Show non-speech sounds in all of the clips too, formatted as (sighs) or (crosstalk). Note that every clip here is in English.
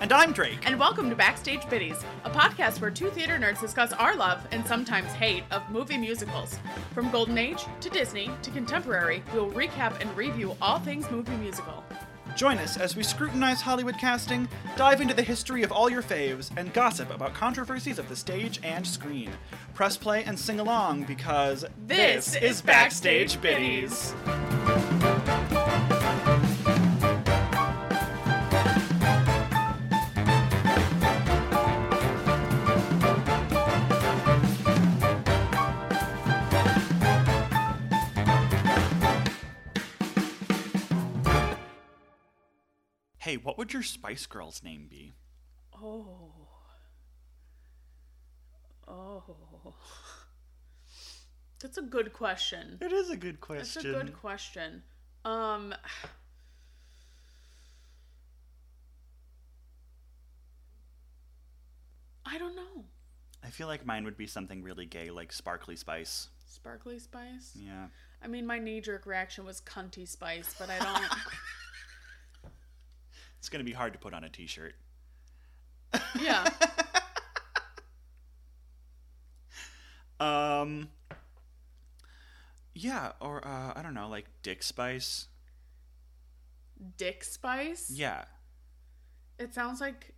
And I'm Drake. And welcome to Backstage Biddies, a podcast where two theater nerds discuss our love and sometimes hate of movie musicals. From Golden Age to Disney to contemporary, we'll recap and review all things movie musical. Join us as we scrutinize Hollywood casting, dive into the history of all your faves, and gossip about controversies of the stage and screen. Press play and sing along because This is Backstage Biddies. Hey, what would your Spice Girl's name be? Oh. Oh. That's a good question. It is a good That's question. a good question. Um I don't know. I feel like mine would be something really gay, like Sparkly Spice. Sparkly spice? Yeah. I mean, my knee jerk reaction was cunty spice, but I don't. It's going to be hard to put on a t shirt. yeah. Um. Yeah, or uh, I don't know, like Dick Spice. Dick spice? Yeah, It sounds like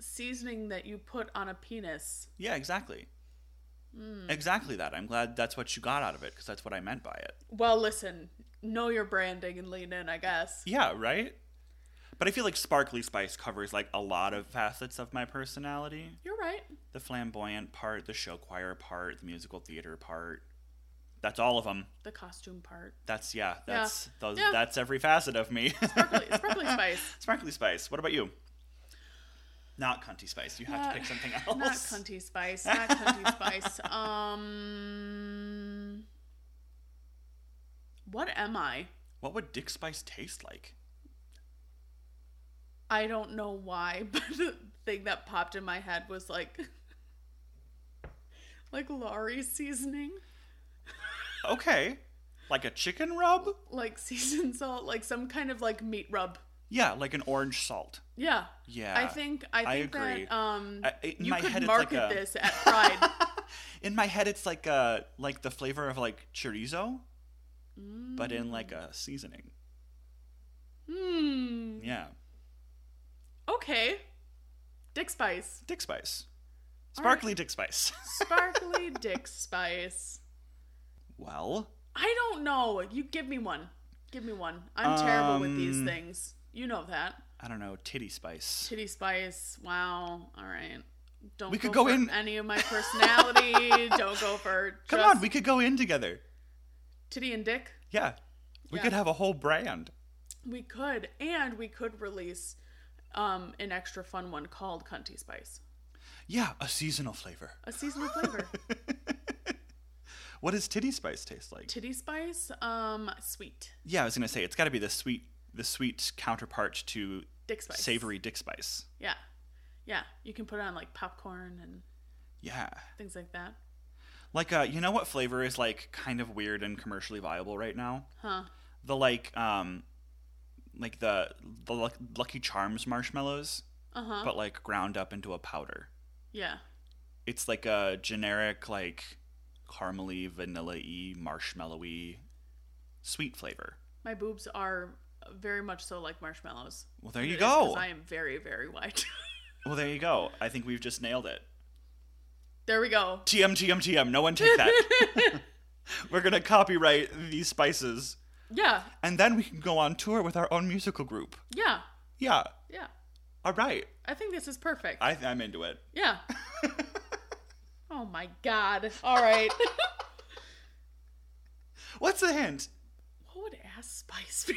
seasoning that you put on a penis. yeah, exactly. Hmm. Exactly that. I'm glad that's what you got out of it because that's what I meant by it. Well, listen, know your branding and lean in, I guess. Yeah, right. But I feel like Sparkly Spice covers like a lot of facets of my personality: You're right. the flamboyant part, the show choir part, the musical theater part. That's all of them. The costume part. That's yeah. That's Ththose, Yeah. that's every facet of me. (laughs) Sparkly, sparkly spice. Sparkly Spice. What about you? Not cunty spice. You have Not- to pick something else. Uh, Not cunty spice. Not cunty spice. Um. What am I? What would Dick Spice taste like? I don't know why, (laughs) but the thing that popped in my head was like. (laughs) Like Laurie's seasoning, Okay. Like a chicken rub? like seasoned (laughs) salt, like some kind of like meat rub. Yeah, like an orange salt. Yeah. Yeah, I think I I think agree. that um I- in you my could head it's like market a- this (laughs) at Pride. In my head it's like uh like the flavor of like chorizo, but in like a seasoning. Hmm. Yeah. Okay. Dick Spice. Dick Spice. All right. Sparkly Dick Spice. (laughs) Sparkly Dick Spice. well, I don't know. You give me one. Give me one. I'm terrible with these Um, things. You know that. I don't know, titty spice. Titty Spice. Wow. All right. Don't We could go, go for in- any of my (laughs) personality. don't go for Come just on, we could go in together. titty and dick. Yeah. We Yeah. could have a whole brand. We could and we could release um an extra fun one called Cunty Spice. Yeah, a seasonal flavor. A seasonal (laughs) flavor. What does titty spice taste like? Titty spice, um, sweet. Yeah, I was gonna say it's got to be the sweet, the sweet counterpart to Dick spice. savory dick spice. Yeah. Yeah. You can put it on like popcorn and Yeah, things like that. like uh, you know what flavor is like kind of weird and commercially viable right now? Huh. The like um, like the the Luck- Lucky Charms marshmallows, Uh huh. but like ground up into a powder. Yeah. It's like a generic like caramely, vanilla-y, marshmallowy, sweet flavor. My boobs are very much so like marshmallows. Well, there you It is 'cause go. I am very, very white. (laughs) Well, there you go. I think we've just nailed it. there we go. TM TM TM. No one take that. (laughs) (laughs) We're gonna copyright these spices, Yeah. and then we can go on tour with our own musical group. Yeah. Yeah. Yeah. All right. I think this is perfect. I, I'm into it. (laughs) yeah. oh my god. All (laughs) right. What's the hint? what would ass spice be?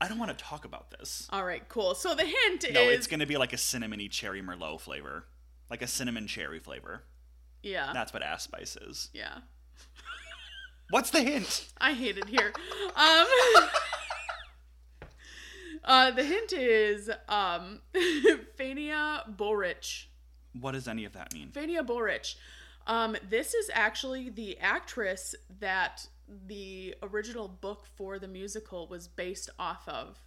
I don't want to talk about this. All right, cool. So the hint No, is it's gonna be like a cinnamony cherry merlot flavor, like a cinnamon cherry flavor. yeah. That's what ass spice is. Yeah. What's the hint? I hate it here. Um, (laughs) uh, the hint is um, (laughs) Fania Boric. What does any of that mean? Fania Boric. Um, this is actually the actress that the original book for the musical was based off of.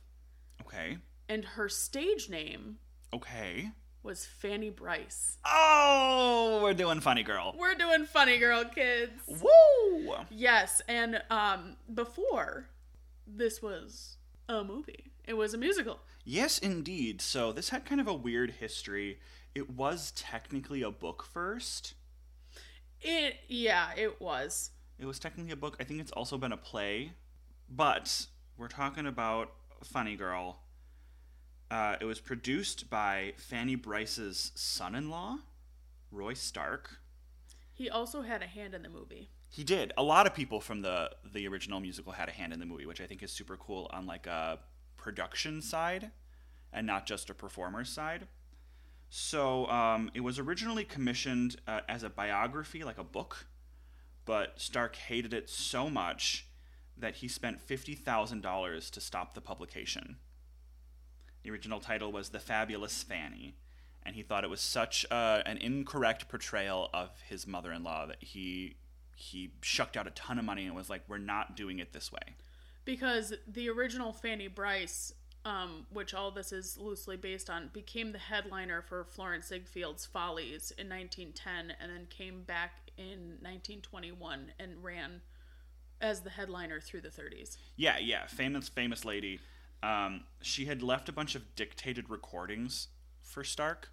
Okay. And her stage name Okay. was Fanny Bryce. Oh, we're doing Funny Girl. We're doing Funny Girl Kids. Woo! Yes, and um, before this was a movie, it was a musical. Yes, indeed. So this had kind of a weird history. It was technically a book first. It yeah, it was. It was technically a book. I think it's also been a play. But we're talking about Funny Girl. Uh, it was produced by Fanny Bryce's son in law, Roy Stark. He also had a hand in the movie. He did. A lot of people from the, the original musical had a hand in the movie, which I think is super cool on like a production side and not just a performer's side. So um, it was originally commissioned uh, as a biography, like a book, but Stark hated it so much that he spent $50,000 to stop the publication. The original title was The Fabulous Fanny, and he thought it was such uh, an incorrect portrayal of his mother-in-law that he he shucked out a ton of money and was like, "We're not doing it this way." because the original Fanny Bryce, um, which all this is loosely based on, became the headliner for Florence Ziegfeld's Follies in 1910, and then came back in 1921 and ran as the headliner through the 30s. Yeah, yeah, famous famous lady. Um, she had left a bunch of dictated recordings for Stark,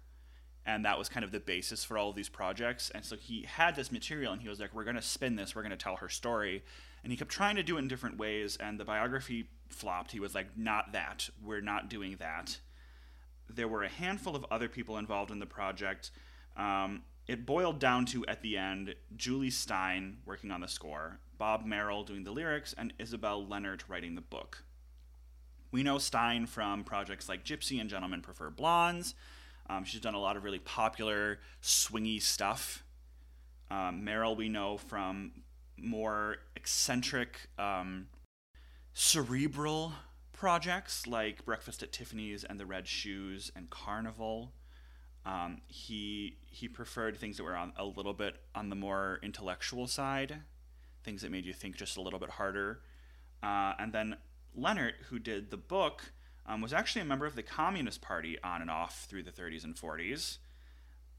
and that was kind of the basis for all of these projects. And so he had this material, and he was like, "We're gonna spin this. We're gonna tell her story." And he kept trying to do it in different ways, and the biography flopped. He was like, "Not that. We're not doing that." there were a handful of other people involved in the project. Um, it boiled down to, at the end, Julie Stein working on the score, Bob Merrill doing the lyrics, and Isabel Leonard writing the book. We know Stein from projects like Gypsy and Gentlemen Prefer Blondes. Um, she's done a lot of really popular, swingy stuff. Um, Merrill, we know from more eccentric, um, cerebral projects like Breakfast at Tiffany's and The Red Shoes and Carnival. Um, he he preferred things that were on a little bit on the more intellectual side, things that made you think just a little bit harder. Uh, and then Leonard, who did the book, um, was actually a member of the Communist Party on and off through the 30s and 40s.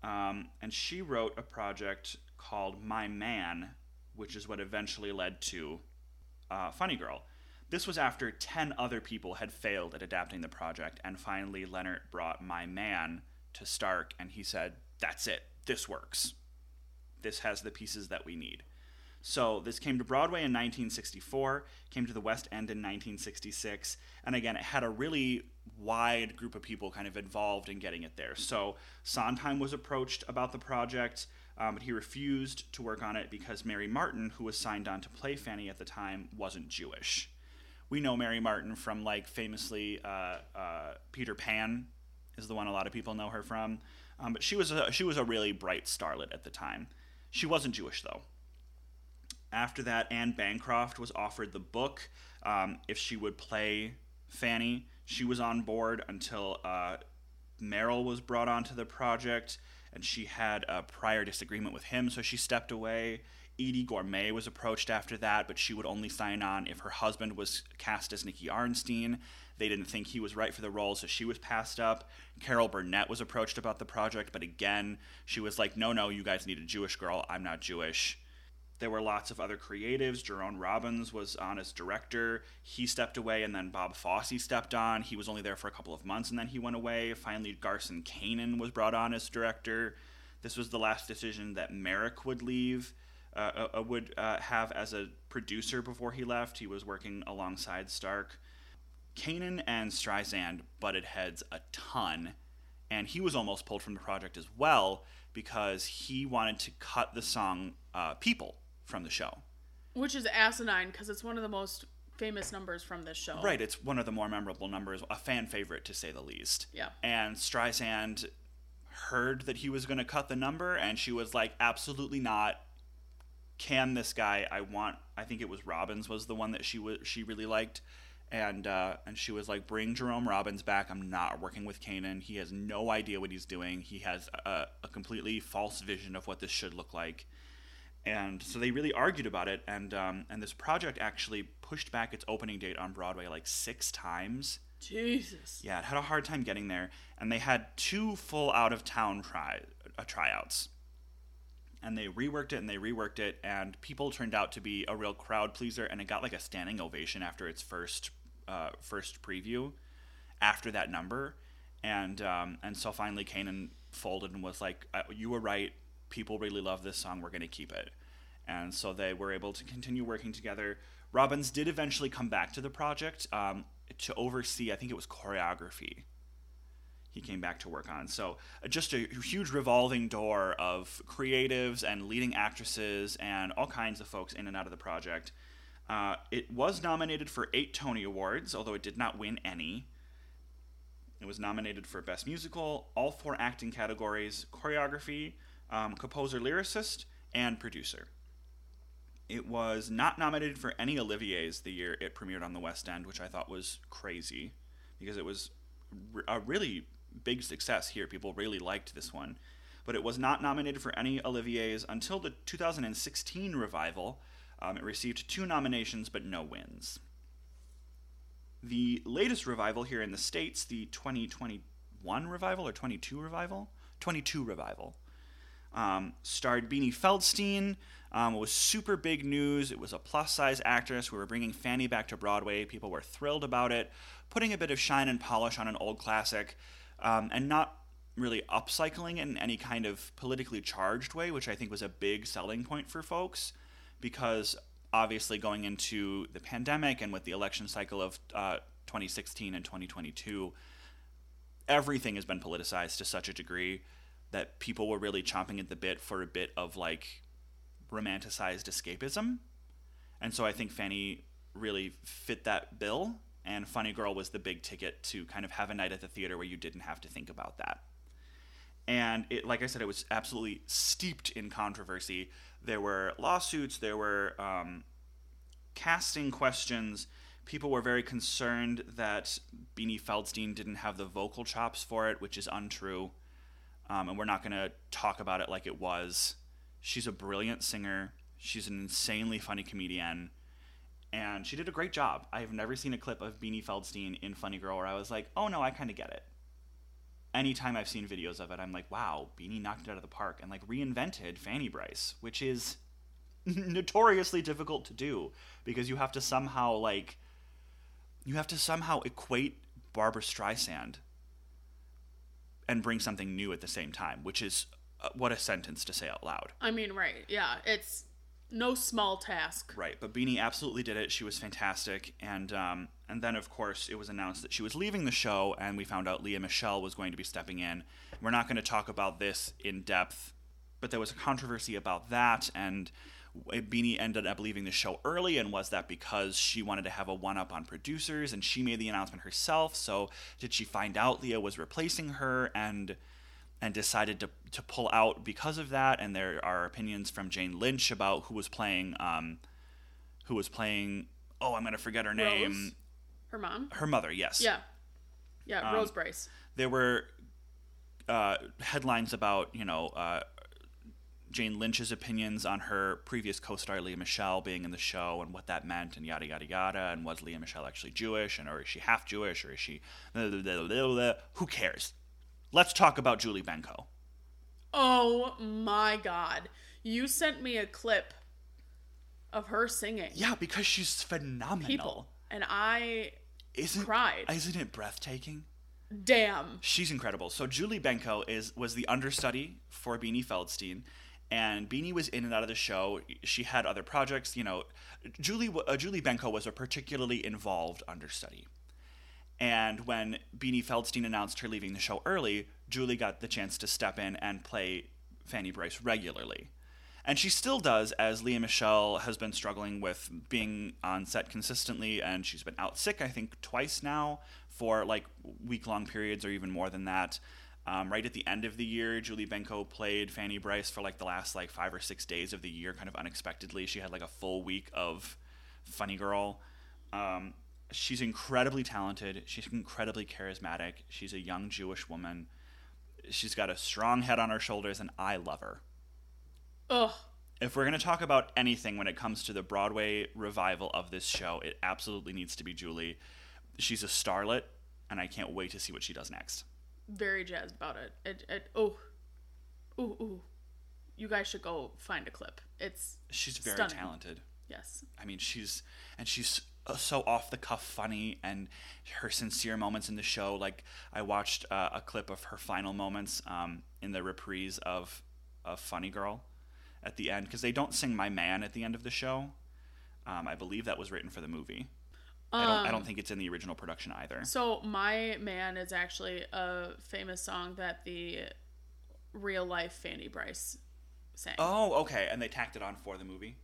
Um, and she wrote a project called My Man, which is what eventually led to uh, Funny Girl. This was after 10 other people had failed at adapting the project, and finally Leonard brought My Man to Stark, and he said, That's it, this works. This has the pieces that we need. So this came to Broadway in 1964, came to the West End in 1966, and again, it had a really wide group of people kind of involved in getting it there. So Sondheim was approached about the project, um, but he refused to work on it because Mary Martin, who was signed on to play Fanny at the time, wasn't Jewish. We know Mary Martin from like famously uh, uh, Peter Pan is the one a lot of people know her from, um, but she was a, she was a really bright starlet at the time. She wasn't Jewish though. After that, Anne Bancroft was offered the book um, if she would play Fanny. She was on board until uh, Merrill was brought onto the project, and she had a prior disagreement with him, so she stepped away. Edie Gourmet was approached after that, but she would only sign on if her husband was cast as Nicky Arnstein. They didn't think he was right for the role, so she was passed up. Carol Burnett was approached about the project, but again, she was like, no, no, you guys need a Jewish girl. I'm not Jewish there were lots of other creatives. Jerome Robbins was on as director. He stepped away, and then Bob Fosse stepped on. He was only there for a couple of months, and then he went away. Finally, Garson Kanan was brought on as director. This was the last decision that Merrick would leave, uh, uh, would uh, have as a producer before he left. He was working alongside Stark. Kanan and Streisand butted heads a ton, and he was almost pulled from the project as well because he wanted to cut the song uh, "People" from the show. Which is asinine because it's one of the most famous numbers from this show. Right, it's one of the more memorable numbers, a fan favorite to say the least. Yeah. And Streisand heard that he was going to cut the number, and she was like, "Absolutely not! Can this guy? I want." I think it was Robbins was the one that she was she really liked, and uh, and she was like, "Bring Jerome Robbins back. I'm not working with Kanan. He has no idea what he's doing. He has a, a completely false vision of what this should look like." and so they really argued about it and um, and this project actually pushed back its opening date on broadway like six times Jesus. Yeah, it had a hard time getting there, and they had two full out of town try uh, tryouts, and they reworked it and they reworked it, and people turned out to be a real crowd pleaser, and it got like a standing ovation after its first uh, first preview, after that number, and um, and so finally Kanan folded and was like, "Uh, "You were right. People really love this song. We're gonna keep it." and so they were able to continue working together. Robbins did eventually come back to the project um, to oversee, I think it was choreography. He came back to work on. So uh, just a huge revolving door of creatives and leading actresses and all kinds of folks in and out of the project. Uh, it was nominated for eight Tony Awards, although it did not win any. It was nominated for Best Musical, all four acting categories, choreography, um, composer lyricist, and producer. It was not nominated for any Olivier's the year it premiered on the West End, which I thought was crazy because it was r- a really big success here. People really liked this one. But it was not nominated for any Olivier's until the 2016 revival. Um, it received two nominations but no wins. The latest revival here in the States, the 2021 revival or 22 revival? 22 revival um, starred Beanie Feldstein. Um, it was super big news. It was a plus size actress. We were bringing Fanny back to Broadway. People were thrilled about it, putting a bit of shine and polish on an old classic, um, and not really upcycling it in any kind of politically charged way, which I think was a big selling point for folks because obviously going into the pandemic and with the election cycle of uh, 2016 and 2022 everything has been politicized to such a degree that people were really chomping at the bit for a bit of like romanticized escapism. And so I think Fanny really fit that bill, and Funny Girl was the big ticket to kind of have a night at the theater where you didn't have to think about that. And it, like I said, it was absolutely steeped in controversy. There were lawsuits, there were um, casting questions. People were very concerned that Beanie Feldstein didn't have the vocal chops for it, which is untrue um, and we're not going to talk about it like it was. She's a brilliant singer. She's an insanely funny comedian, and she did a great job. I have never seen a clip of Beanie Feldstein in Funny Girl where I was like, "Oh no, I kind of get it." Anytime I've seen videos of it, I'm like, "Wow, Beanie knocked it out of the park and like reinvented Fanny Bryce, which is (laughs) notoriously difficult to do because you have to somehow like you have to somehow equate Barbara Streisand and bring something new at the same time, which is uh, what a sentence to say out loud. I mean, right. Yeah. It's no small task. Right, but Beanie absolutely did it. She was fantastic, and um, and then of course it was announced that she was leaving the show, and we found out Leah Michelle was going to be stepping in. We're not going to talk about this in depth, but there was a controversy about that, and Beanie ended up leaving the show early, and was that because she wanted to have a one up on producers, and she made the announcement herself? So did she find out Leah was replacing her, and? and decided to, to pull out because of that. And there are opinions from Jane Lynch about who was playing, um, who was playing. Oh, I'm gonna forget her name. Rose? Her mom? Her mother, yes. Yeah. Yeah. Um, Rose Brace. There were uh, headlines about you know uh, Jane Lynch's opinions on her previous co-star Leah Michelle being in the show and what that meant and yada yada yada. And was Leah Michelle actually Jewish? And or is she half Jewish? Or is she? blah, blah, blah, blah, blah. Who cares? Let's talk about Julie Benko. Oh my God. You sent me a clip of her singing. Yeah, because she's phenomenal. People. And I, isn't cried. Isn't it breathtaking? damn. She's incredible. So Julie Benko is was the understudy for Beanie Feldstein, and Beanie was in and out of the show. She had other projects. You know, Julie wa- uh, Julie Benko was a particularly involved understudy. And when Beanie Feldstein announced her leaving the show early, Julie got the chance to step in and play Fanny Bryce regularly. And she still does, as Leah Michelle has been struggling with being on set consistently, and she's been out sick, I think, twice now for like week long periods or even more than that. Um, right at the end of the year, Julie Benko played Fanny Bryce for like the last like five or six days of the year, kind of unexpectedly. She had like a full week of Funny Girl. Um, she's incredibly talented. She's incredibly charismatic. She's a young Jewish woman. She's got a strong head on her shoulders, and I love her Ugh. if we're going to talk about anything when it comes to the Broadway revival of this show, it absolutely needs to be Julie. She's a starlet. and I can't wait to see what she does next. Very jazzed about it. It, it oh, ooh, ooh. You guys should go find a clip. It's She's very Stunning. talented. yes, I mean, she's and she's uh, so off the cuff funny, and her sincere moments in the show. Like I watched uh, a clip of her final moments um, in the reprise of of Funny Girl at the end because they don't sing "My Man" at the end of the show. Um, I believe that was written for the movie. I, don't, I don't think it's in the original production either. So my man is actually a famous song that the real life Fanny Bryce sang. Oh, okay. And they tacked it on for the movie.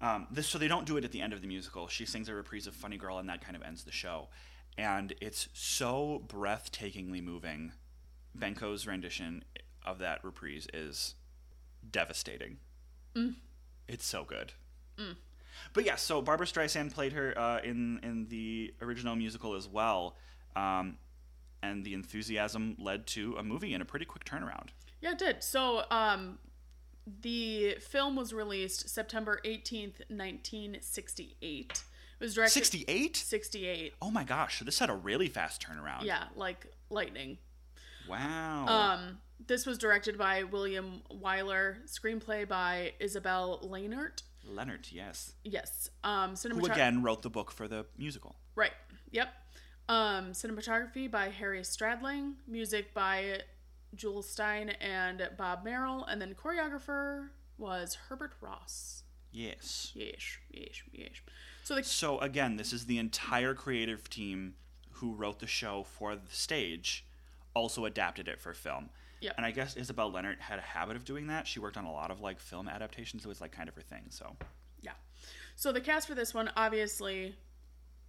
Um, this, so they don't do it at the end of the musical. She sings a reprise of Funny Girl, and that kind of ends the show. And it's so breathtakingly moving. Benko's rendition of that reprise is devastating. It's so good. But yeah, so Barbara Streisand played her uh, in in the original musical as well, um, and the enthusiasm led to a movie and a pretty quick turnaround. Yeah, it did. So um the film was released September 18th, 1968. It was directed Sixty eight. 68. Oh my gosh, this had a really fast turnaround. Yeah, like lightning. Wow. Um, this was directed by William Wyler, screenplay by Isabel Lainert. Leonard, yes. Yes. Um, Who cinematography. again wrote the book for the musical. Right. Yep. Um, cinematography by Harry Stradling, music by Jules Stein and Bob Merrill, and then choreographer was Herbert Ross. Yes. Yes, yes, yes. So the So again, this is the entire creative team who wrote the show for the stage, also adapted it for film. Yep. And I guess Isabel Leonard had a habit of doing that. She worked on a lot of like film adaptations. It was like kind of her thing. So yeah. So the cast for this one, obviously,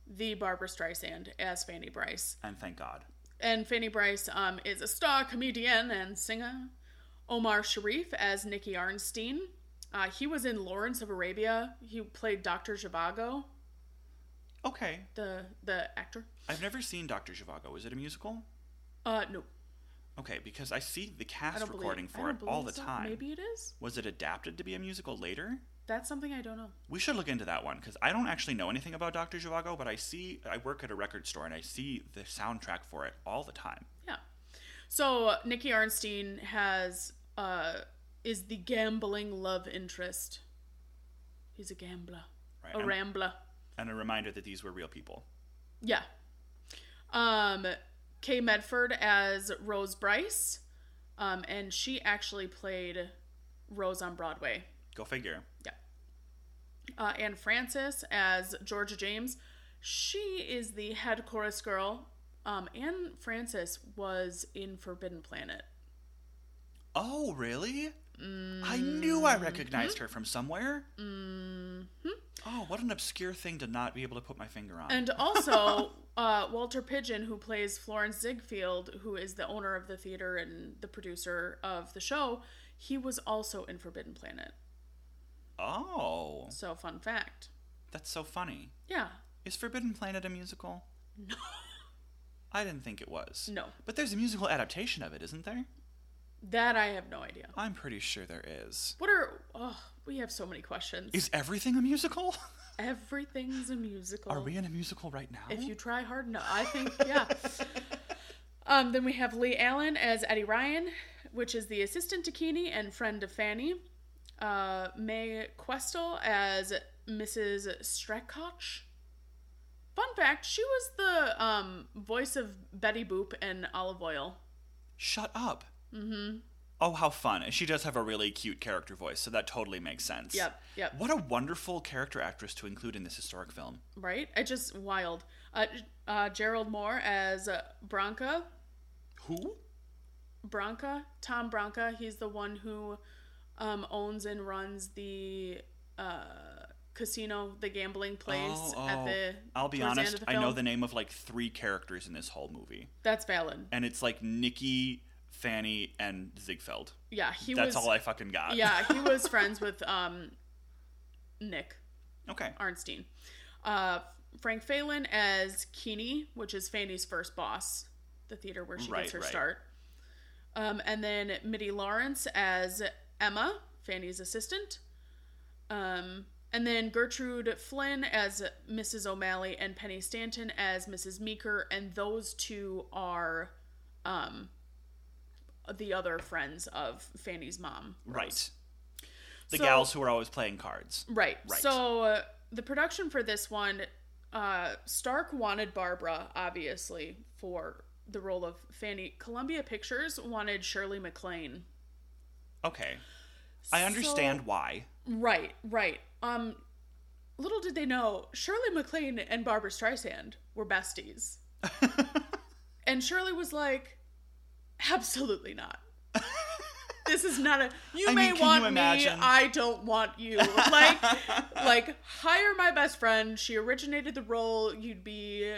the Barbara Streisand as Fanny Bryce. and thank God. And Fanny Bryce um, is a star comedian and singer. Omar Sharif as Nicky Arnstein. Uh, he was in Lawrence of Arabia. He played Dr. Zhivago, Okay. the the actor. I've never seen Doctor Zhivago. Is it a musical? Uh, no, Okay, because I see the I cast don't believe. recording I for it don't all the believe so. time. Maybe it is. Was it adapted to be a musical later? That's something I don't know. We should look into that one because I don't actually know anything about Dr. Zhivago, but I see I work at a record store and I see the soundtrack for it all the time. Yeah. So Nikki Arnstein has uh is the gambling love interest. He's a gambler, Right? a And- rambler. and, a reminder that these were real people. Yeah. Um, Kay Medford as Rose Bryce, um, and she actually played Rose on Broadway. Go figure. Yeah. Uh, Anne Francis as Georgia James. She is the head chorus girl. Um, Anne Francis was in Forbidden Planet. Oh, really? Mm-hmm. I knew I recognized her from somewhere. Mm-hmm. Oh, what an obscure thing to not be able to put my finger on. And (laughs) also, uh, Walter Pigeon, who plays Florence Ziegfeld, who is the owner of the theater and the producer of the show, he was also in Forbidden Planet. oh, So, fun fact. that's so funny. Yeah. Is Forbidden Planet a musical? No. I didn't think it was. No. But there's a musical adaptation of it, isn't there? That I have no idea. I'm pretty sure there is. What are. Oh, we have so many questions. Is everything a musical? (laughs) Everything's a musical. Are we in a musical right now? If you try hard enough, I think yeah. um, then we have Lee Allen as Eddie Ryan, which is the assistant to Keeney and friend of Fanny. Uh, May Questel as Mrs. Strekotch. Fun fact: She was the um, voice of Betty Boop and Olive Oil. Shut up. Mm-hmm. Oh, how fun. And She does have a really cute character voice, so that totally makes sense. Yep, yep. What a wonderful character actress to include in this historic film. Right? It just wild. Uh, uh, Gerald Moore as uh, Bronca. Who? Branca, Tom Branca. He's the one who um, owns and runs the uh, casino, the gambling place Oh, oh. at the. I'll be towards the end honest, of the I know film. the name of like three characters in this whole movie. That's valid. And it's like Nikki, Fanny, and Ziegfeld. Yeah, he That's was. all I fucking got. yeah, he was friends with um, Nick (laughs) okay. Arnstein. Uh, Frank Phelan as Keeney, which is Fanny's first boss, the theater where she Right, gets her right. start. Um, and then Mitty Lawrence as Emma, Fanny's assistant. Um, And then Gertrude Flynn as Mrs. O'Malley and Penny Stanton as Mrs. Meeker, and those two are um, the other friends of Fanny's mom. Rose. Right. The So- gals who are always playing cards. Right. Right. So uh, the production for this one, uh, Stark wanted Barbara, obviously, for the role of Fanny. Columbia Pictures wanted Shirley MacLaine. Okay. I understand why. Right, right. Um, little did they know, Shirley MacLaine and Barbara Streisand were (laughs) besties. and Shirley was like, absolutely not. This is (laughs) not a. You I mean, may can you want me. imagine? I don't want you. (laughs) Like, like hire my best friend. She originated the role. You'd be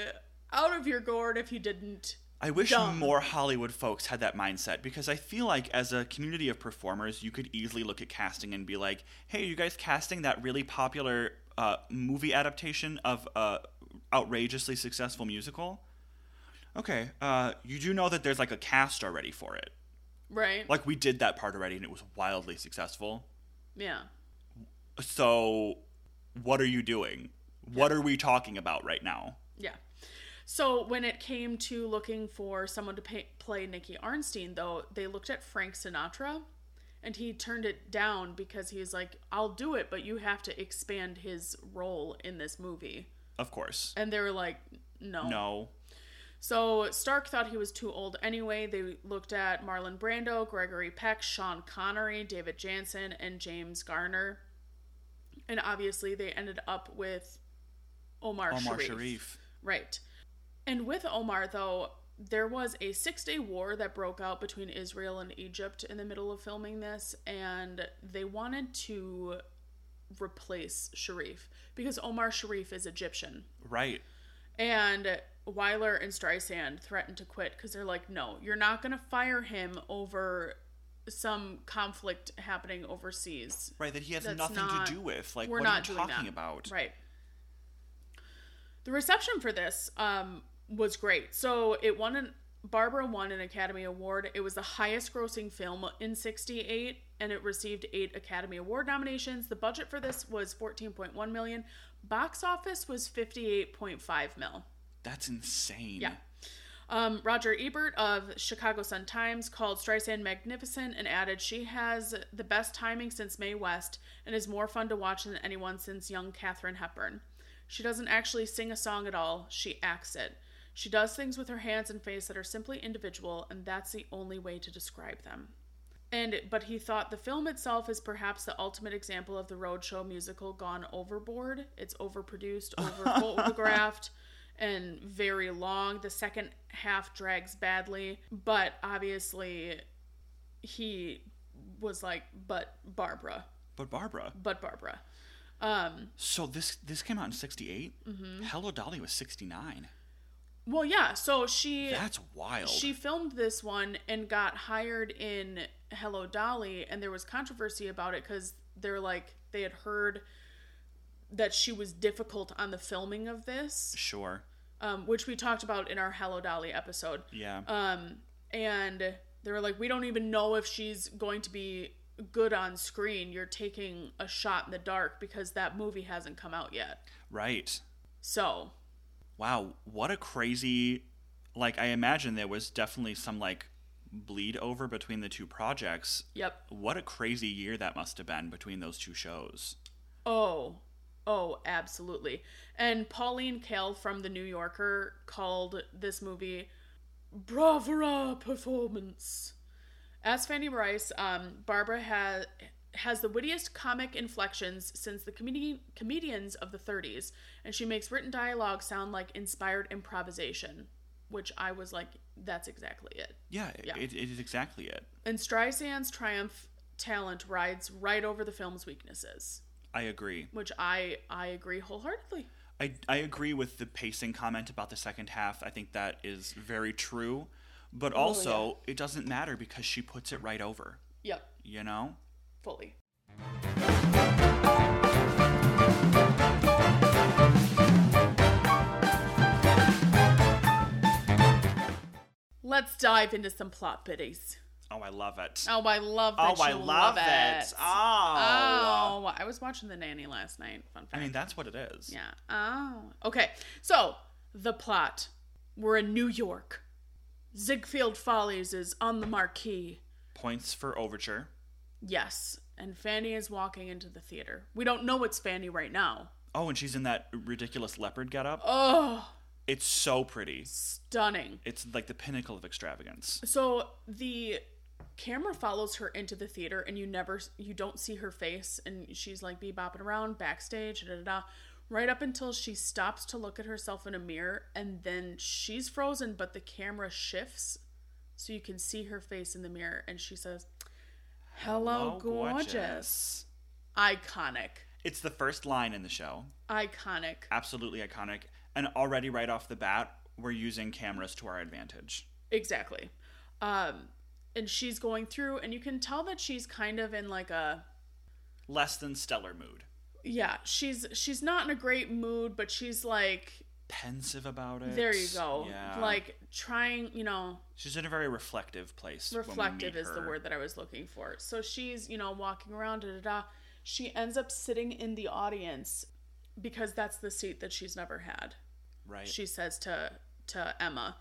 out of your gourd if you didn't. I wish Dumb. more Hollywood folks had that mindset because I feel like as a community of performers, you could easily look at casting and be like, "Hey, you guys casting that really popular uh, movie adaptation of a outrageously successful musical? Okay, uh, you do know that there's like a cast already for it. Right. Like we did that part already, and it was wildly successful. yeah. So, what are you doing? What are we talking about right now? Yeah. So when it came to looking for someone to pay, play Nikki Arnstein, though, they looked at Frank Sinatra, and he turned it down because he was like, "I'll do it, but you have to expand his role in this movie." Of course, And they were like, "No." no. So Stark thought he was too old anyway. They looked at Marlon Brando, Gregory Peck, Sean Connery, David Jansen, and James Garner. And obviously, they ended up with Omar, Omar Sharif. Sharif. Right. And with Omar, though, there was a six day war that broke out between Israel and Egypt in the middle of filming this, and they wanted to replace Sharif because Omar Sharif is Egyptian. Right. And Weiler and Streisand threatened to quit because they're like, no, you're not going to fire him over some conflict happening overseas. Right, that he has That's nothing not- to do with. Like, we're what not are you doing talking that. about? Right. The reception for this um, was great. So it won an Barbara won an Academy Award. It was the highest grossing film in 68 and it received 8 Academy Award nominations. The budget for this was 14.1 million. Box office was 58.5 mil. That's insane. Yeah. Um, Roger Ebert of Chicago Sun Times called Streisand magnificent and added, "She has the best timing since Mae West and is more fun to watch than anyone since young Katharine Hepburn. She doesn't actually sing a song at all; she acts it. She does things with her hands and face that are simply individual, and that's the only way to describe them." And but he thought the film itself is perhaps the ultimate example of the roadshow musical gone overboard. It's overproduced, over photographed, and very long. The second half drags badly, but obviously he was like, "But Barbara, But Barbara, but Barbara." Um, so this this came out in '68. Mm-hmm. Hello Dolly was '69. well, yeah. So she That's wild. She filmed this one and got hired in Hello Dolly, and there was controversy about it because they're like they had heard that she was difficult on the filming of this, sure. um, which we talked about in our Hello Dolly episode. Yeah. Um, and they were like, we don't even know if she's going to be good on screen. You're taking a shot in the dark because that movie hasn't come out yet. right. So Wow. What a crazy. Like, I imagine there was definitely some like bleed over between the two projects. yep, What a crazy year that must have been between those two shows. Oh, oh, absolutely. And Pauline Kael from The New Yorker called this movie bravura performance. As Fanny Rice, um, Barbara has has the wittiest comic inflections since the comedi- comedians of the 30s, and she makes written dialogue sound like inspired improvisation, which I was like, that's exactly it. Yeah, it- Yeah. It, it is exactly it. And Streisand's triumph talent rides right over the film's weaknesses, I agree. which I I agree wholeheartedly. I, I agree with the pacing comment about the second half. I think that is very true. But also, it doesn't matter because she puts it right over, Yep, you know? fully. Let's dive into some plot biddies. Oh, I love it. Oh, I love that. Oh, I you love it. Oh. Oh, I was watching The Nanny last night. Fun fact. I mean, that's what it is. yeah. Oh. Okay. So the plot: We're in New York. Ziegfeld Follies is on the marquee. Points for Overture. Yes, and Fanny is walking into the theater. We don't know it's Fanny right now. Oh, and she's in that ridiculous leopard getup. Oh, It's so pretty. stunning. It's like the pinnacle of extravagance. So the camera follows her into the theater, and you never, you don't see her face, and she's like bebopping around backstage, da da da, right up until she stops to look at herself in a mirror, and then she's frozen, but the camera shifts, so you can see her face in the mirror, and she says, "Hello, Oh, gorgeous." Iconic, It's the first line in the show. iconic. Absolutely iconic. And already right off the bat, we're using cameras to our advantage. Exactly. Um, and she's going through, and you can tell that she's kind of in like a Less than stellar mood. yeah. She's she's not in a great mood, but she's like Pensive about it. there you go, Yeah. like trying. You know, she's in a very reflective place. when we reflective meet is the her. word that I was looking for. So she's you know walking around, da da da. She ends up sitting in the audience because that's the seat that she's never had. Right. She says to to Emma,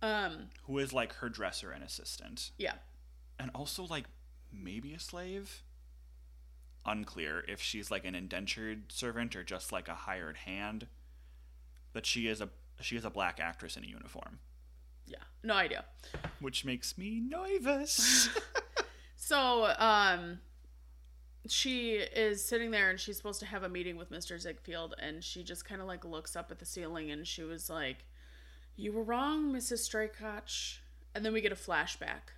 um, Who is like her dresser and assistant. yeah, And also like maybe a slave? Unclear if she's like an indentured servant or just like a hired hand. But she is a she is a black actress in a uniform. yeah, no idea. Which makes me nervous. So, um, she is sitting there and she's supposed to have a meeting with Mr. Ziegfeld, and she just kind of like looks up at the ceiling and she was like, You were wrong, Mrs. Straykotch. And then we get a flashback.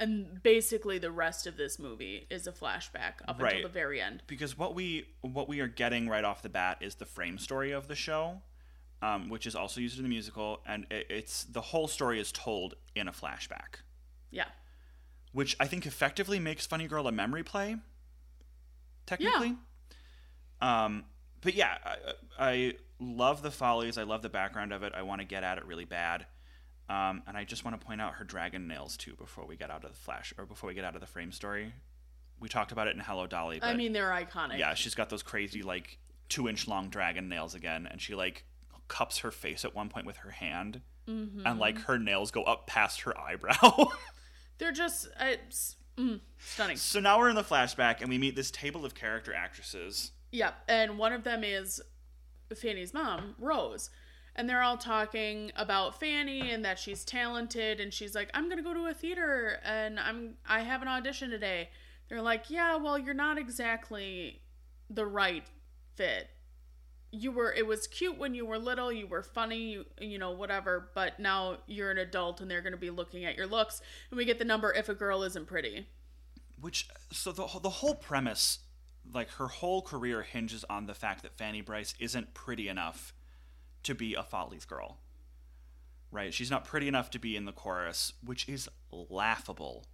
And basically, the rest of this movie is a flashback up Right. until the very end. because what we what we are getting right off the bat is the frame story of the show, um, which is also used in the musical, and it, it's the whole story is told in a flashback, Yeah. which I think effectively makes Funny Girl a memory play. Technically, um, but yeah, I, I love the follies. I love the background of it. I want to get at it really bad. Um, and I just want to point out her dragon nails too before we get out of the flash or before we get out of the frame story. We talked about it in Hello Dolly. But I mean, they're iconic. yeah, she's got those crazy like two inch long dragon nails again, and she like cups her face at one point with her hand, and like her nails go up past her eyebrow. (laughs) They're just it's, mm, stunning. so now we're in the flashback, and we meet this table of character actresses. Yep. And one of them is Fanny's mom, Rose. And they're all talking about Fanny and that she's talented and she's like, "I'm going to go to a theater and I'm I have an audition today." They're like, "Yeah, well, you're not exactly the right fit. You were it was cute when you were little, you were funny, you, you know, whatever, but now you're an adult and they're going to be looking at your looks." And we get the number if a girl isn't pretty. Which so the wh- the whole premise, like her whole career hinges on the fact that Fanny Bryce isn't pretty enough to be a Follies girl. Right? She's not pretty enough to be in the chorus, which is laughable.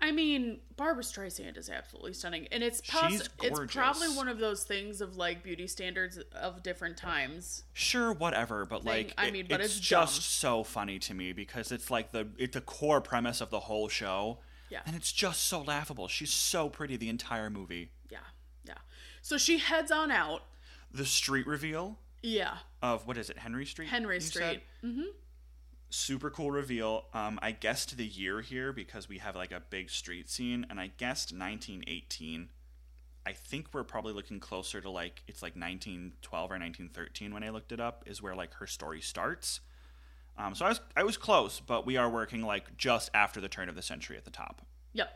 I mean, Barbara Streisand is absolutely stunning, and it's She's possible. It's gorgeous. probably one of those things of like beauty standards of different times. sure whatever but like I it- mean, but it's, it's dumb. just so funny to me because it's like the it's the core premise of the whole show Yeah. and it's just so laughable she's so pretty the entire movie Yeah, yeah. So she heads on out. the street reveal Yeah, of what is it henry street Henry you Street. said? super cool reveal um i guessed the year here because we have like a big street scene and i guessed 1918 i think we're probably looking closer to like it's like 1912 or 1913 when i looked it up is where like her story starts um so i was i was close but we are working like just after the turn of the century at the top Yep.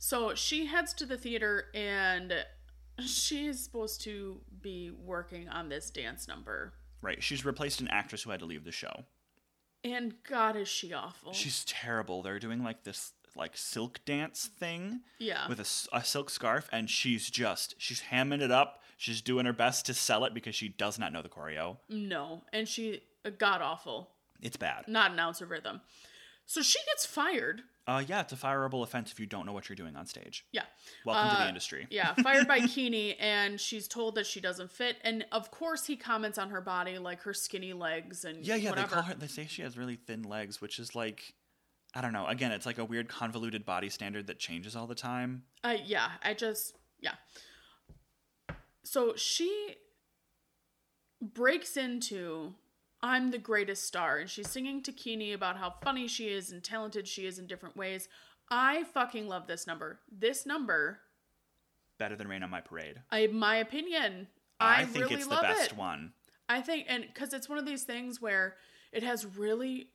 So she heads to the theater, and she is supposed to be working on this dance number. right she's replaced an actress who had to leave the show And God, is she awful? she's terrible they're doing like this like silk dance thing yeah. with a s- a, silk scarf, and she's just she's hamming it up. She's doing her best to sell it because she does not know the choreo. no, and she uh, god awful. It's bad. Not an ounce of rhythm. So she gets fired. Uh, yeah, it's a fireable offense if you don't know what you're doing on stage. Yeah. Welcome to Uh, the industry. yeah, fired by Keeney, and she's told that she doesn't fit. And of course, he comments on her body, like her skinny legs and yeah, yeah. whatever. They call her. They say she has really thin legs, which is like I don't know. Again, it's like a weird convoluted body standard that changes all the time. Uh, yeah, I just yeah. So she breaks into "I'm the greatest star" and she's singing to Keeney about how funny she is and talented she is in different ways. I fucking love this number. This number, Better than Rain on My Parade. in my opinion, I, think really it's the love best it. one. I think, and because it's one of these things where it has really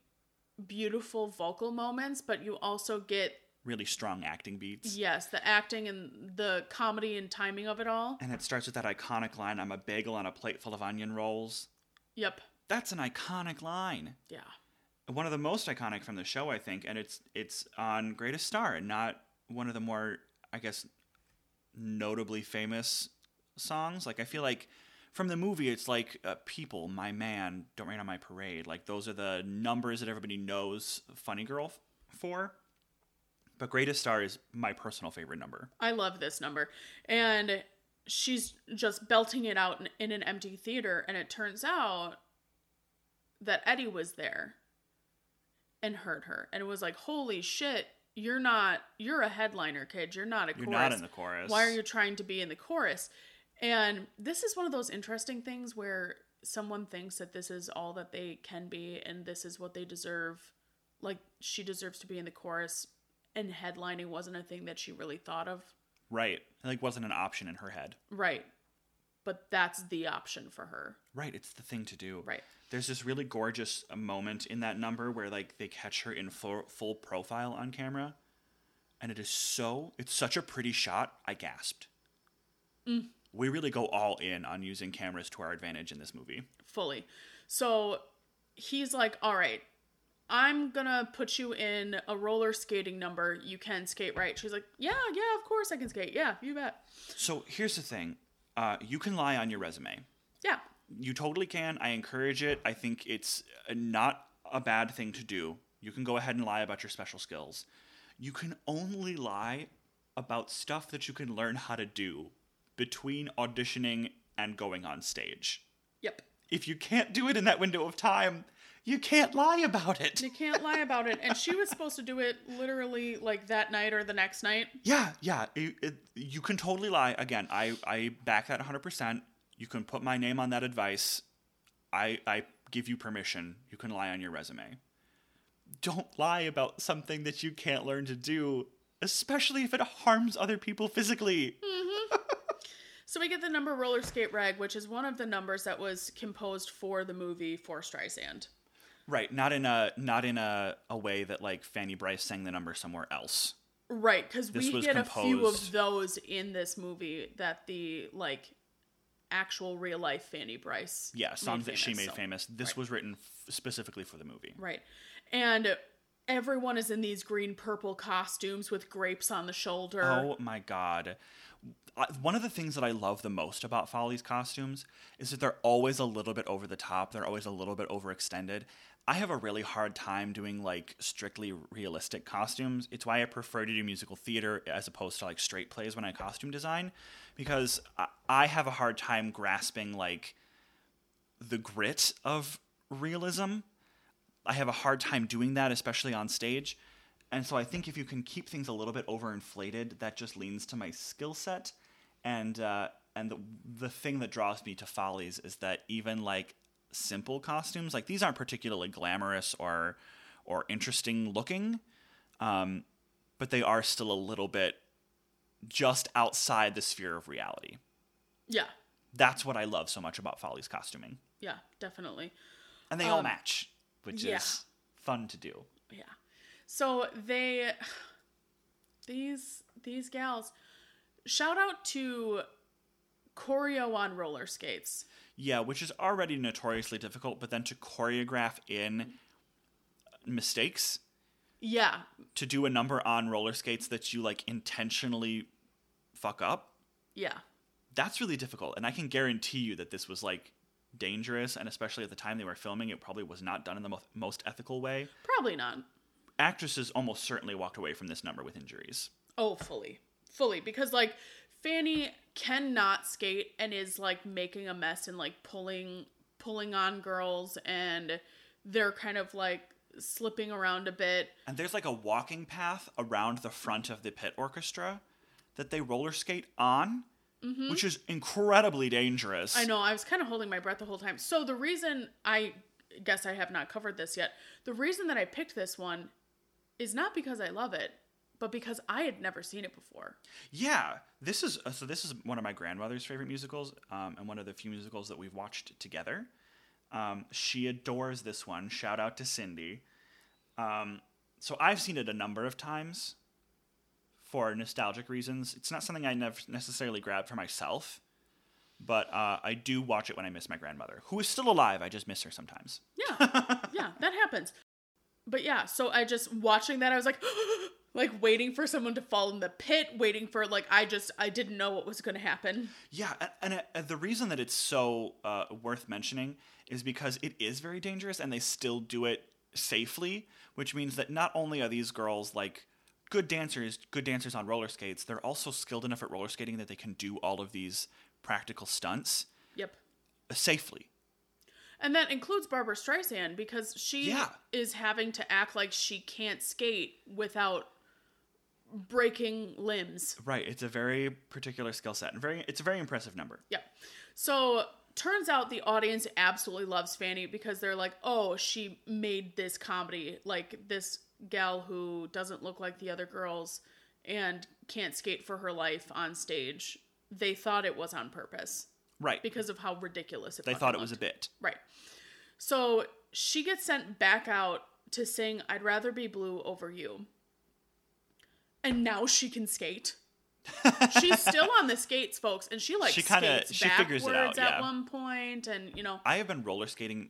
beautiful vocal moments, but you also get Really strong acting beats. yes, the acting and the comedy and timing of it all. And it starts with that iconic line I'm a bagel on a plate full of onion rolls. Yep. That's an iconic line. Yeah. One of the most iconic from the show, I think, and it's it's on Greatest Star and not one of the more, I guess, notably famous songs. Like I feel like from the movie, it's like uh, "People," "My Man," "Don't Rain on My Parade." Like those are the numbers that everybody knows "Funny Girl" f- for. But "Greatest Star" is my personal favorite number. I love this number. And she's just belting it out in, in an empty theater. And it turns out that Eddie was there and heard her and was like, holy shit, you're not, you're a headliner, kid. You're not a You're chorus. not in the chorus. Why are you trying to be in the chorus? And this is one of those interesting things where someone thinks that this is all that they can be and this is what they deserve. Like she deserves to be in the chorus and headlining wasn't a thing that she really thought of. right? Like wasn't an option in her head. Right. But that's the option for her. Right, it's the thing to do. Right. There's this really gorgeous uh, moment in that number where like they catch her in full, full profile on camera, and it is so it's such a pretty shot. I gasped. We really go all in on using cameras to our advantage in this movie. Fully. So he's like, all right, I'm going to put you in a roller skating number. You can skate, right? She's like, yeah, yeah, of course I can skate. Yeah, you bet. So here's the thing: uh, you can lie on your resume. Yeah. You totally can. I encourage it. I think it's uh, not a bad thing to do. You can go ahead and lie about your special skills. You can only lie about stuff that you can learn how to do between auditioning and going on stage. Yep. If you can't do it in that window of time, you can't lie about it. You can't lie about it. And she was supposed to do it literally like that night or the next night. Yeah, yeah. It, it, you can totally lie. Again, I, I back that 100%. You can put my name on that advice. I, I give you permission. You can lie on your resume. Don't lie about something that you can't learn to do, especially if it harms other people physically. So we get the number roller skate rag, which is one of the numbers that was composed for the movie for Streisand. Right, not in a not in a, a way that like Fanny Bryce sang the number somewhere else. Right, because This we was get a few of composed- those in this movie that the like actual real life Fanny Bryce. Yeah, songs that she made so- famous. This right. was written f- specifically for the movie. Right. And everyone is in these green purple costumes with grapes on the shoulder. Oh my god. I- One of the things that I love the most about Folly's costumes is that they're always a little bit over the top. They're always a little bit overextended. I have a really hard time doing like strictly realistic costumes. It's why I prefer to do musical theater as opposed to like straight plays when I costume design because I- I have a hard time grasping like the grit of realism. I have a hard time doing that, especially on stage. And so I think if you can keep things a little bit overinflated, that just leans to my skill set. And uh, and the, the thing that draws me to Follies is that even like simple costumes, like these aren't particularly glamorous or or interesting looking, um, but they are still a little bit just outside the sphere of reality. Yeah. That's what I love so much about Follies costuming, Yeah, definitely. and they all match, which yeah. is fun to do. Yeah. So they these these gals shout out to choreo on roller skates. Yeah, which is already notoriously difficult, but then to choreograph in mistakes, Yeah. to do a number on roller skates that you like intentionally fuck up, Yeah. that's really difficult. And I can guarantee you that this was like dangerous, and especially at the time they were filming, it probably was not done in the mo- most ethical way. Probably not. Actresses almost certainly walked away from this number with injuries. Oh, fully. Fully. Because, like, Fanny cannot skate and is, like, making a mess and, like, pulling pulling on girls and they're kind of like slipping around a bit. And there's like a walking path around the front of the pit orchestra that they roller skate on, which is incredibly dangerous. I know, I was kind of holding my breath the whole time. So the reason I guess I have not covered this yet, the reason that I picked this one is not because I love it, but because I had never seen it before. Yeah, this is uh, so. This is one of my grandmother's favorite musicals, um, and one of the few musicals that we've watched together. Um, she adores this one. Shout out to Cindy. Um, so I've seen it a number of times for nostalgic reasons. It's not something I never necessarily grab for myself, but uh, I do watch it when I miss my grandmother, who is still alive. I just miss her sometimes. Yeah. yeah, that happens. But yeah, so I just watching that I was like (gasps) like waiting for someone to fall in the pit, waiting for like I just I didn't know what was going to happen. Yeah, a- and, uh, the reason that it's so uh, worth mentioning is because it is very dangerous, and they still do it safely, which means that not only are these girls like good dancers, good dancers on roller skates, they're also skilled enough at roller skating that they can do all of these practical stunts Yep. safely. And that includes Barbara Streisand because she Yeah. is having to act like she can't skate without breaking limbs. Right, it's a very particular skill set, and very it's a very impressive number. Yeah. So turns out the audience absolutely loves Fanny because they're like, oh, she made this comedy. Like this gal who doesn't look like the other girls and can't skate for her life on stage. They thought it was on purpose Right, because of how ridiculous it they fucking thought it looked. was a bit. Right. So she gets sent back out to sing I'd Rather Be Blue Over You. And now she can skate. She's still on the skates, folks, and she like She kinda- skates she figures it out, backwards at yeah. one point, and you know, I have been roller skating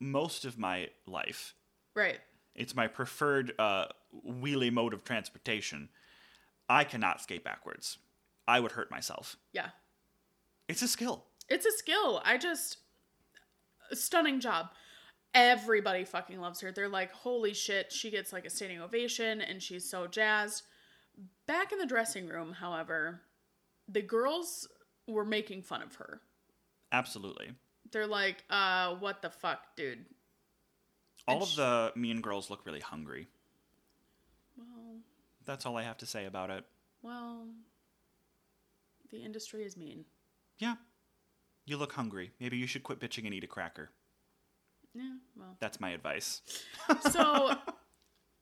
most of my life. right? It's my preferred uh, wheelie mode of transportation. I cannot skate backwards. I would hurt myself. Yeah, It's a skill. it's a skill. I just stunning job. Everybody fucking loves her. They're like, holy shit, she gets like a standing ovation, and she's so jazzed. Back in the dressing room, however, the girls were making fun of her. Absolutely. They're like, uh, what the fuck, dude? All And of sh- the mean girls look really hungry. Well, That's all I have to say about it. well, the industry is mean. Yeah. You look hungry. Maybe you should quit bitching and eat a cracker. Yeah, well. That's my advice. So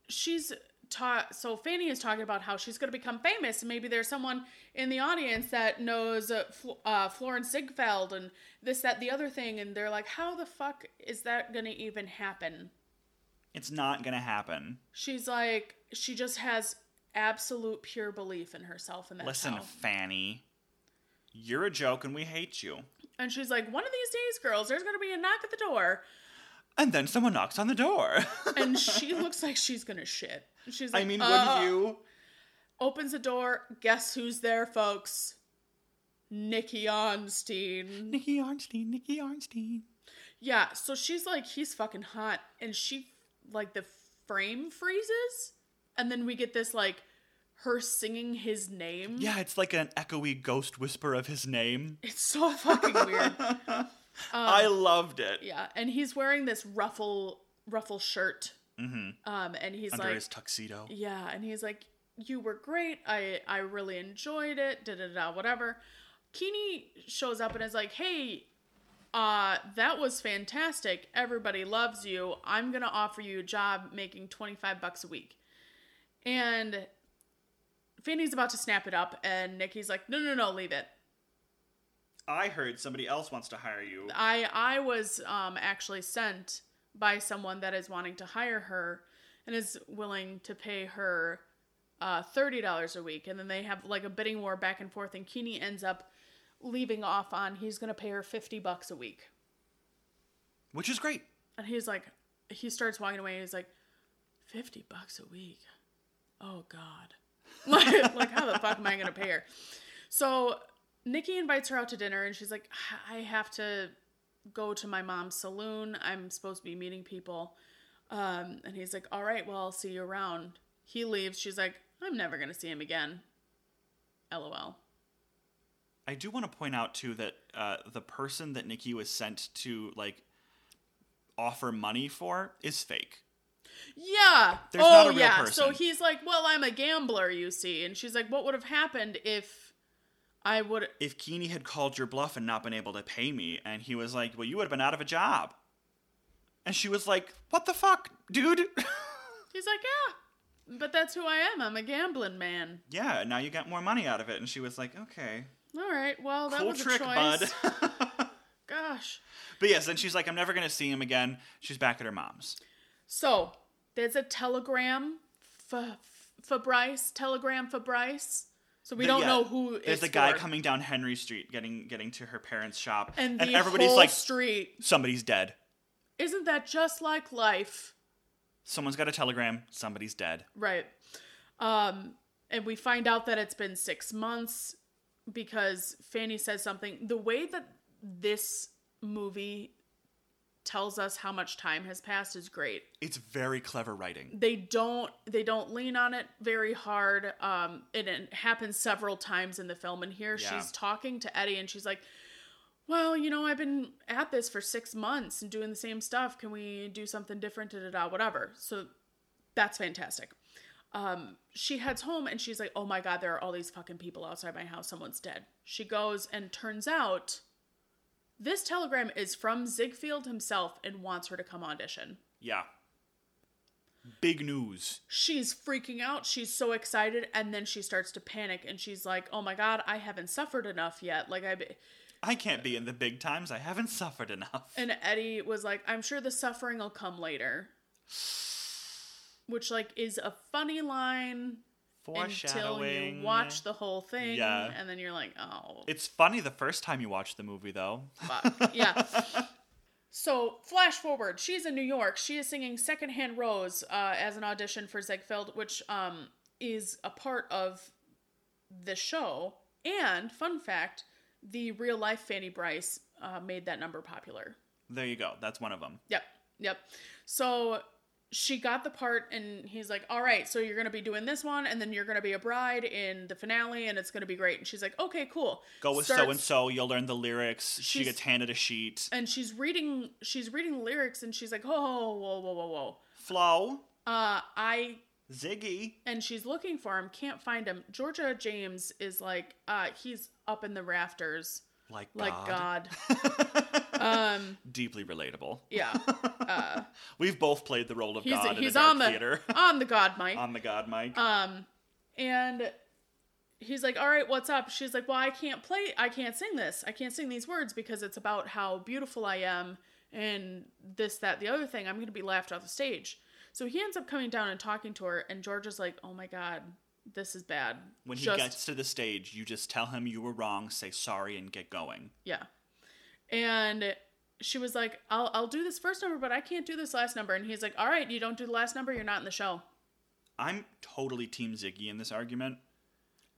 she's taught, so Fanny is talking about how she's going to become famous. And maybe there's someone in the audience that knows uh, Fl- uh, Florence Ziegfeld and this, that, the other thing. And they're like, how the fuck is that going to even happen? It's not going to happen. She's like, she just has absolute pure belief in herself. And that's Listen, how. Fanny. You're a joke and we hate you. And she's like, one of these days, girls, there's going to be a knock at the door. And then someone knocks on the door. (laughs) And she looks like she's going to shit. She's like, I mean, uh, would you? Opens the door. Guess who's there, folks? Nikki Onstein. Nikki Arnstein, Nikki Arnstein. Yeah, so she's like, he's fucking hot. And she, like, the frame freezes. And then we get this, like, her singing his name. Yeah, it's like an echoey ghost whisper of his name. It's so fucking weird. (laughs) Oh. I loved it. yeah, and he's wearing this ruffle, ruffle shirt. hmm Um, and he's Under like, his tuxedo. Yeah, and he's like, "You were great. I I really enjoyed it. Da da da. Whatever." Keeney shows up and is like, "Hey, uh, that was fantastic. Everybody loves you. I'm gonna offer you a job making twenty five bucks a week." And Fanny's about to snap it up, and Nikki's like, "No, no, no, leave it. I heard somebody else wants to hire you. I I was um, actually sent by someone that is wanting to hire her and is willing to pay her uh, thirty dollars a week, and then they have like a bidding war back and forth, and Keeney ends up leaving off on he's gonna pay her fifty bucks a week, Which is great. and he's like he starts walking away, and he's like fifty bucks a week, oh god, (laughs) like, like how the fuck am I gonna pay her? So Nikki invites her out to dinner, and she's like, I have to go to my mom's saloon. I'm supposed to be meeting people. Um, and he's like, All right, well, I'll see you around. He leaves. She's like, I'm never going to see him again. LOL. I do want to point out too that uh, the person that Nikki was sent to like offer money for is fake. Yeah. There's oh, not a real yeah. So person. he's like, "Well, I'm a gambler, you see," and she's like, "What would have happened if I would?" If Keeney had called your bluff and not been able to pay me, and he was like, well, you would have been out of a job. And she was like, what the fuck, dude? (laughs) He's like, "Yeah, but that's who I am. I'm a gambling man." yeah, now you got more money out of it. And she was like, okay. All right. Well, that cool was a trick, choice. (laughs) bud. Gosh. but yes, and she's like, I'm never going to see him again. She's back at her mom's. So there's a telegram for for Bryce. Telegram for Bryce. So we The- don't yeah, know who There's it's a guy for. coming down Henry Street, getting getting to her parents' shop, and, and the everybody's whole like, street. somebody's dead. Isn't that just like life? Someone's got a telegram. Somebody's dead. Right. Um, and we find out that it's been six months because Fanny says something. The way that this movie tells us how much time has passed is great. It's very clever writing. They don't they don't lean on it very hard. Um, and it happens several times in the film. And here Yeah. she's talking to Eddie, and she's like. Well, you know, I've been at this for six months and doing the same stuff. Can we do something different? Da da da, whatever. So that's fantastic. Um, she heads home and she's like, "Oh my god, there are all these fucking people outside my house. Someone's dead." She goes and turns out this telegram is from Ziegfeld himself and wants her to come audition. Yeah. Big news. She's freaking out. She's so excited, and then she starts to panic and she's like, "Oh my god, I haven't suffered enough yet. Like I." I can't be in the big times. I haven't suffered enough. And Eddie was like, "I'm sure the suffering will come later," which like is a funny line until Foreshadowing. you watch the whole thing, Yeah. and then you're like, "Oh, It's funny the first time you watch the movie, though. (laughs) fuck. yeah. So, flash forward. She's in New York. She is singing Secondhand Rose uh, as an audition for Ziegfeld, which um, is a part of the show. And, fun fact, the real life Fanny Bryce uh, made that number popular. There you go. That's one of them. Yep. Yep. So she got the part and he's like, "All right, so you're going to be doing this one and then you're going to be a bride in the finale and it's going to be great." And she's like, "Okay, cool." Go with Starts- so and so. You'll learn the lyrics. She She's- gets handed a sheet. And she's reading she's reading lyrics and she's like, "Oh, whoa, whoa, whoa, whoa." Flo, Uh, I Ziggy. and she's looking for him, can't find him. Georgia James is like, "Uh, he's up in the rafters." Like God. Like God. (laughs) um, Deeply relatable. (laughs) yeah. Uh, We've both played the role of he's God he's in a dark on the (laughs) theater. on the God mic. on the God mic. Um, and he's like, "All right, what's up?" She's like, "Well, I can't play. I can't sing this. I can't sing these words because it's about how beautiful I am and this, that, the other thing. I'm going to be laughed off the stage." So he ends up coming down and talking to her, and George is like, "Oh my god, this is bad." when he Just- gets to the stage, you just tell him you were wrong, say sorry, and get going. Yeah. And she was like, I'll, I'll do this first number, but I can't do this last number. And he's like, All right, you don't do the last number, you're not in the show. I'm totally Team Ziggy in this argument.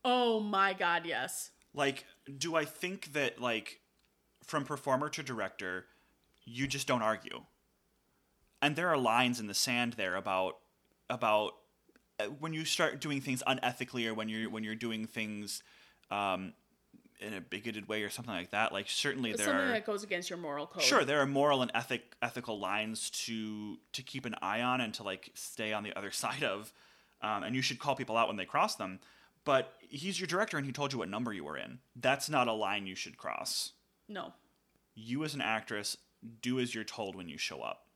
Oh my God, yes. Like, do I think that, like, from performer to director, you just don't argue? And there are lines in the sand there about, about uh, when you start doing things unethically or when you're, when you're doing things, um, in a bigoted way or something like that. Like, certainly It's there something are. that goes against your moral code. Sure, there are moral and ethic ethical lines to to keep an eye on and to like stay on the other (laughs) side of, um, and you should call people out when they cross them. But he's your director, and he told you what number you were in. That's not a line you should cross. No. You as an actress do as you're told when you show up.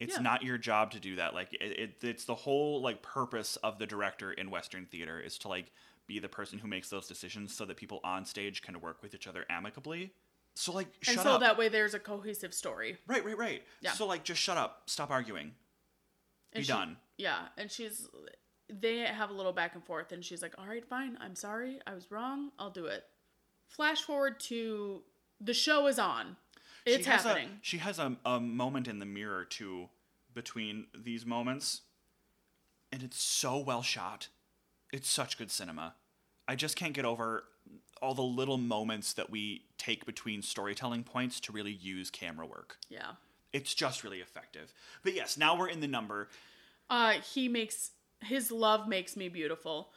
It's Yeah. not your job to do that. Like it, it, it's the whole like purpose of the director in Western theater is to like be the person who makes those decisions so that people on stage can work with each other amicably. So like And shut so up. that way there's a cohesive story. Right, right, right. Yeah. So like just shut up. Stop arguing. And Be she- done. Yeah. And she's, they have a little back and forth. And she's like, All right, fine. I'm sorry. I was wrong. I'll do it. Flash forward to the show is on. It's she has happening. A, she has a, a moment in the mirror too between these moments. And it's so well shot. It's such good cinema. I just can't get over all the little moments that we take between storytelling points to really use camera work. yeah. It's just really effective. But yes, now we're in the number. Uh, he makes his love makes me beautiful.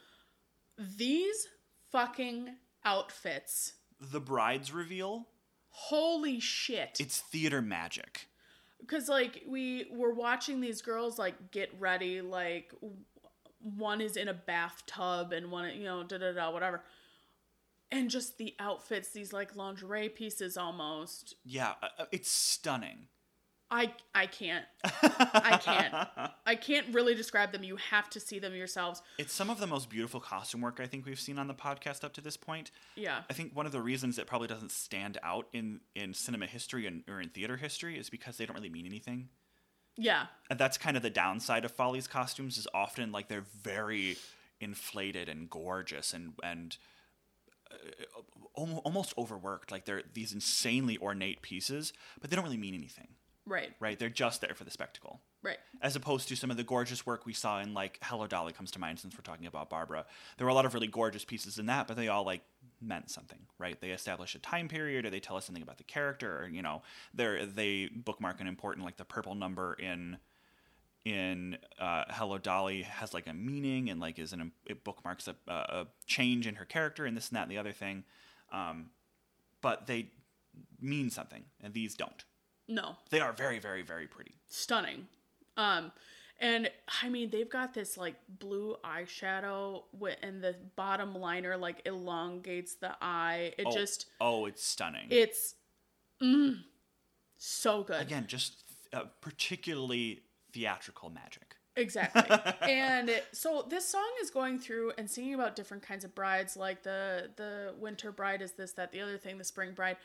These fucking outfits. The bride's reveal. Holy shit. It's theater magic. because like we were watching these girls like get ready like w- one is in a bathtub and one you know da da da whatever and just the outfits these like lingerie pieces almost Yeah, uh, uh, it's stunning. i i can't I can't. i can't really describe them you have to see them yourselves It's some of the most beautiful costume work I think we've seen on the podcast up to this point. yeah I think one of the reasons it probably doesn't stand out in in cinema history and or in theater history is because they don't really mean anything. yeah And that's kind of the downside of Folly's costumes is often like they're very inflated and gorgeous and and uh, al- almost overworked. Like they're these insanely ornate pieces, but they don't really mean anything, right right? They're just there for the spectacle. right As opposed to some of the gorgeous work we saw in like Hello Dolly comes to mind since we're talking about Barbara. There were a lot of really gorgeous pieces in that, but they all like meant something, right? They establish a time period or they tell us something about the character or you know, they're they bookmark an important like the purple number in in uh, Hello Dolly has like a meaning and like is an it bookmarks a, a a change in her character and this and that and the other thing, um, but they mean something and these don't. no They are very very very pretty. stunning. Um, and I mean, they've got this like blue eyeshadow, wi- and the bottom liner like elongates the eye. It Oh, just, oh, it's stunning. it's mm, so good. again just uh, particularly theatrical magic (laughs) Exactly. and so this song is going through and singing about different kinds of brides, like the the winter bride is this, that, the other thing, the spring bride.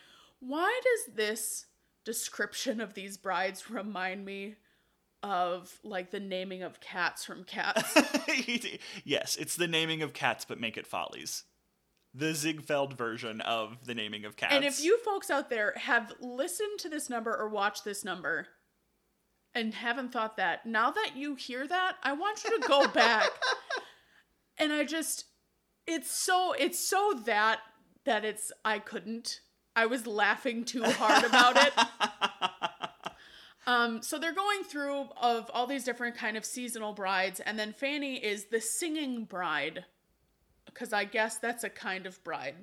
Why does this description of these brides remind me of like the naming of cats from cats? yes it's the naming of cats but make it follies the ziegfeld version of the naming of cats And if you folks out there have listened to this number or watched this number and haven't thought that, now that you hear that, I want you to go back. And I just it's so it's so that that it's I couldn't. I was laughing too hard about it. Um, so they're going through of all these different kind of seasonal brides, and then Fanny is the singing bride, because I guess that's a kind of bride.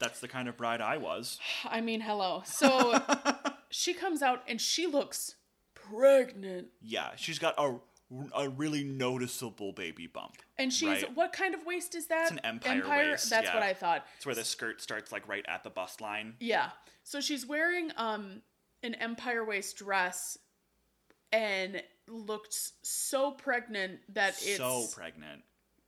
that's the kind of bride i was I mean, hello. So she comes out and she looks pregnant. yeah she's got a, a really noticeable baby bump And she's Right. what kind of waist is that? It's an empire waist, That's yeah. what I thought. it's where the skirt starts like right at the bust line Yeah. So she's wearing um an empire waist dress and looks so pregnant that it's so pregnant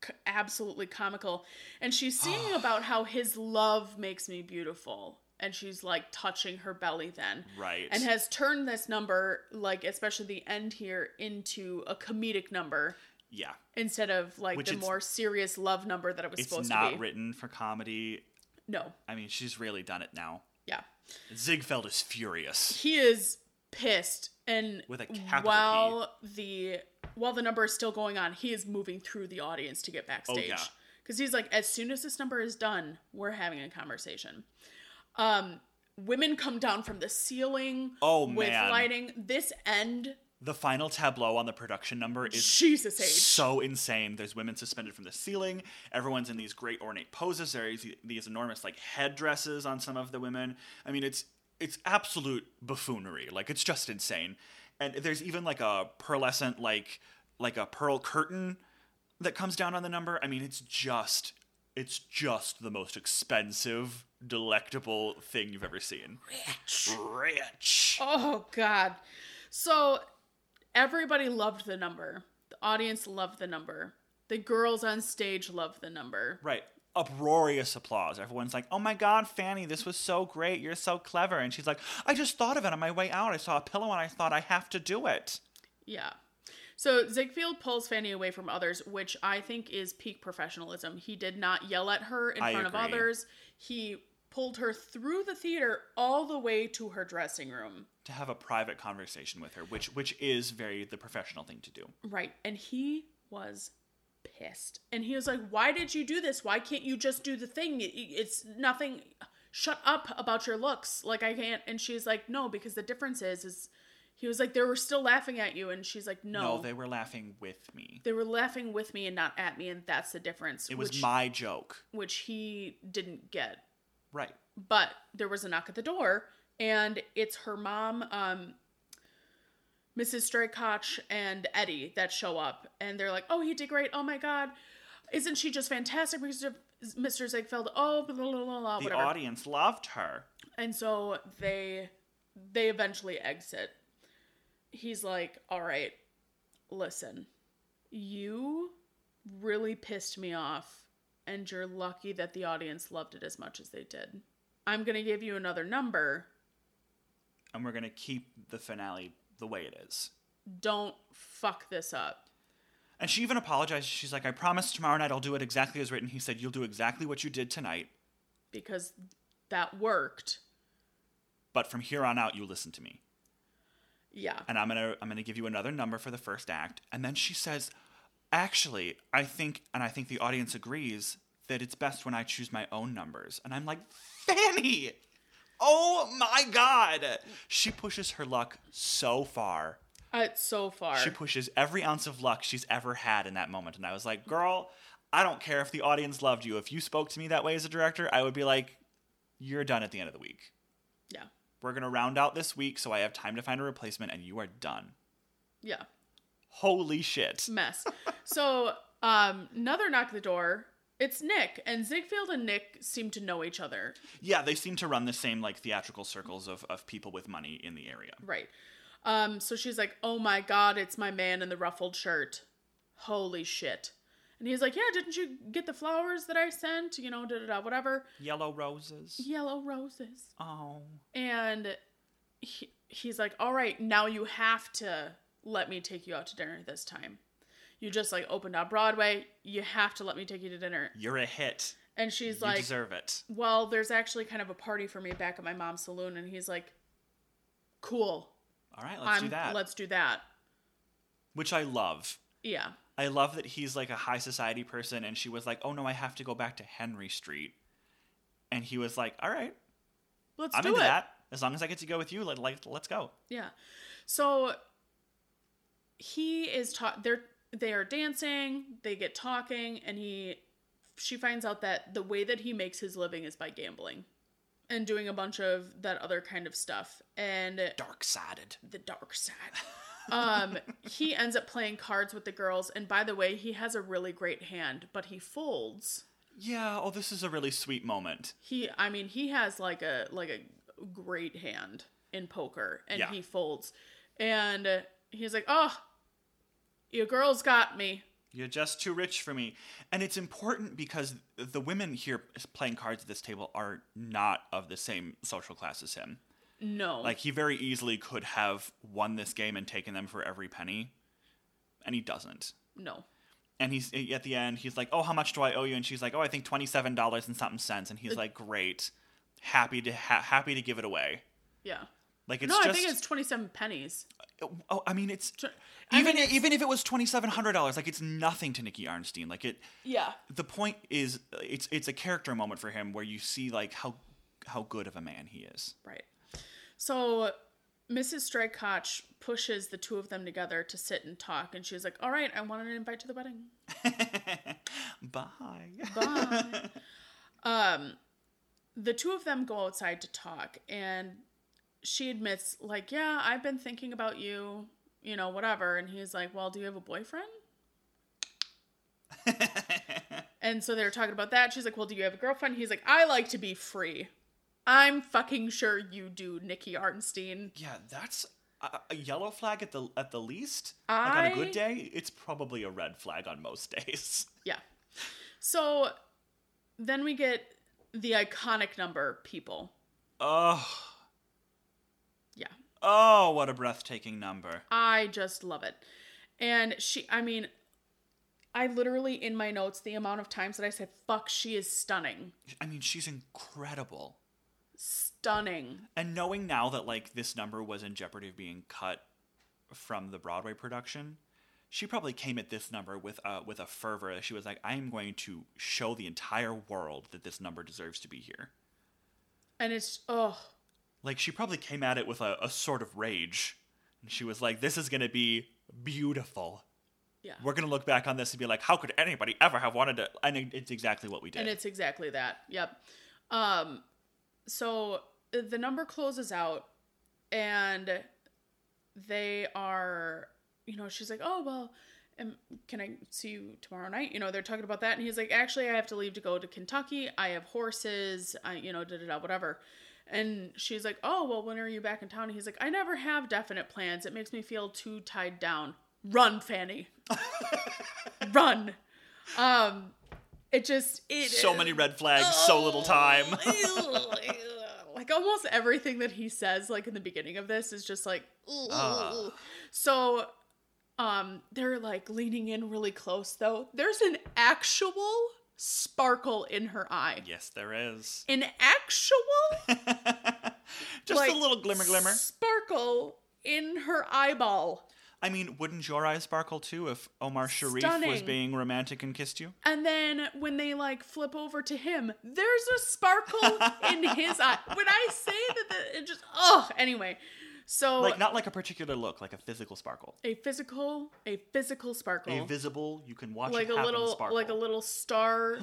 c- absolutely comical. And she's (sighs) singing about how his love makes me beautiful. And she's like touching her belly then. right and has turned this number like especially the end here into a comedic number yeah instead of like Which the it's- more serious love number that it was it's supposed not to be written for comedy no i mean she's really done it now yeah ziegfeld is furious he is pissed and With a capital P. while the while the number is still going on he is moving through the audience to get backstage Oh, yeah. because he's like as soon as this number is done we're having a conversation um women come down from the ceiling Oh, with man. lighting this end the final tableau on the production number is jesus age so insane. There's women suspended from the ceiling. Everyone's in these great ornate poses. There's these enormous like headdresses on some of the women. I mean, it's it's absolute buffoonery. Like it's just insane. And there's even like a pearlescent like like a pearl curtain that comes down on the number. I mean, it's just it's just the most expensive, delectable thing you've ever seen. Rich. Rich. Oh God. So everybody loved the number. The audience loved the number. The girls on stage loved the number. Right. Uproarious applause. Everyone's like, oh my God, Fanny, this was so great. You're so clever. And she's like, I just thought of it on my way out. I saw a pillow and I thought I have to do it. Yeah. So Ziegfeld pulls Fanny away from others, which I think is peak professionalism. He did not yell at her in I front agree. of others. He pulled her through the theater all the way to her dressing room. To have a private conversation with her, which which is very the professional thing to do. Right. And he was pissed. And he was like, Why did you do this? Why can't you just do the thing? It- It's nothing. Shut up about your looks. Like, I can't. And she's like, No, because the difference is, is he was like, They were still laughing at you. And she's like, No. they they-, were laughing with me. were laughing with me and not at me. And that's the difference. It was which, my joke. Which he didn't get. Right. But there was a knock at the door. And it's her mom. Um, Mrs. Straykotch and Eddie that show up, and they're like, "Oh, he did great! Oh my God, isn't she just fantastic, Mr. Mr. Ziegfeld? Oh, blah blah blah, blah The whatever." audience loved her. And so they they eventually exit. He's like, "All right, listen. You really pissed me off, and you're lucky that the audience loved it as much as they did. I'm going to give you another number. And we're going to keep the finale the way it is. Don't fuck this up." And she even apologized. She's like, I promise tomorrow night I'll do it exactly as written. He said, You'll do exactly what you did tonight, because that worked. but from here on out, you listen to me. Yeah. And I'm going to I'm going to give you another number for the first act. And then she says, Actually, I think, and I think the audience agrees, that it's best when I choose my own numbers. And I'm like, Fanny! Oh my God! She pushes her luck so far. Uh, so far. She pushes every ounce of luck she's ever had in that moment. And I was like, girl, I don't care if the audience loved you. If you spoke to me that way as a director, I would be like, you're done at the end of the week. yeah. We're going to round out this week so I have time to find a replacement and you are done. Yeah. Holy shit. Mess. (laughs) so, um, another knock at the door. It's Nick, and Ziegfeld and Nick seem to know each other. Yeah, they seem to run the same like theatrical circles of, of people with money in the area. Right. Um, so she's like, Oh my god, it's my man in the ruffled shirt. Holy shit. And he's like, Yeah, didn't you get the flowers that I sent? You know, da da da, whatever. Yellow roses. Yellow roses. Oh. and he, he's like all right now you have to let me take you out to dinner this time you just like opened on broadway you have to let me take you to dinner You're a hit. and she's you like deserve it. well there's actually kind of a party for me back at my mom's saloon and he's like cool All right, let's I'm, do that. let's do that Which I love. yeah I love that he's like a high society person, and she was like, "Oh no, I have to go back to Henry Street," and he was like, "All right, let's I'm do into it that. As long as I get to go with you, like, like let's go." Yeah. So he is taught they're they are dancing, they get talking, and he she finds out that the way that he makes his living is by gambling and doing a bunch of that other kind of stuff. And Dark sided. the dark (laughs) side. um he ends up playing cards with the girls and by the way he has a really great hand but he folds Yeah. Oh, this is a really sweet moment. he i mean he has like a like a great hand in poker and Yeah. he folds and uh, he's like oh your girls got me You're just too rich for me, and it's important because the women here playing cards at this table are not of the same social class as him. no Like he very easily could have won this game and taken them for every penny, and he doesn't. no and he's at the end he's like oh how much do i owe you and she's like oh i think $27 and something cents and he's like great happy to ha- happy to give it away yeah like it's no just i think it's 27 pennies oh i mean it's Tw- I even mean, it's- even if it was $2700 like it's nothing to nikki arnstein like it yeah the point is it's it's a character moment for him where you see like how how good of a man he is (laughs) right so mrs Straykotch pushes the two of them together to sit and talk and she's like all right i want an invite to the wedding bye (laughs) Bye. um, the two of them go outside to talk, and she admits, like, yeah, I've been thinking about you, you know, whatever. And he's like, well, do you have a boyfriend? and so they're talking about that. She's like, well, do you have a girlfriend? He's like, I like to be free. I'm fucking sure you do, Nikki Arnstein. yeah that's a, a yellow flag at the at the least like on a I- good day it's probably a red flag on most days (laughs) Yeah. So then we get the iconic number people. oh Yeah. Oh, what a breathtaking number. I just love it. And she, I mean, I literally in my notes the amount of times that I said "fuck," she is stunning, I mean, she's incredible. stunning. And knowing now that like this number was in jeopardy of being cut from the Broadway production, she probably came at this number with a with a fervor. She was like, "I am going to show the entire world that this number deserves to be here." And it's oh, Like she probably came at it with a, a sort of rage, and she was like, "This is going to be beautiful. yeah. We're going to look back on this and be like, how could anybody ever have wanted to?" And it- it's exactly what we did. And it's exactly that. Yep. Um, so the number closes out, and they are, you know, she's like, oh, well, am, can I see you tomorrow night? You know, they're talking about that. And he's like, actually, I have to leave to go to Kentucky. I have horses, I, you know, da da da, whatever. And she's like, oh, well, when are you back in town? And he's like, I never have definite plans. It makes me feel too tied down. Run, (laughs) Fanny. Run. Um, it just it Oh, so many red flags, so little time. (laughs) like almost everything that he says like in the beginning of this is just like Ah. "Ugh." so um they're like leaning in really close though there's an actual sparkle in her eye (laughs) yes, there is. an actual (laughs) Just like, a little glimmer, glimmer. sparkle in her eyeball I mean, wouldn't your eyes sparkle too if Omar Sharif was Stunning. being romantic and kissed you? And then when they like flip over to him, there's a (laughs) sparkle in his eye. When I say that, the, it just oh. Anyway, so Like not like a particular look, like a physical sparkle, a physical, a physical sparkle, a visible. You can watch like it a happen little, sparkle. like a little (laughs) star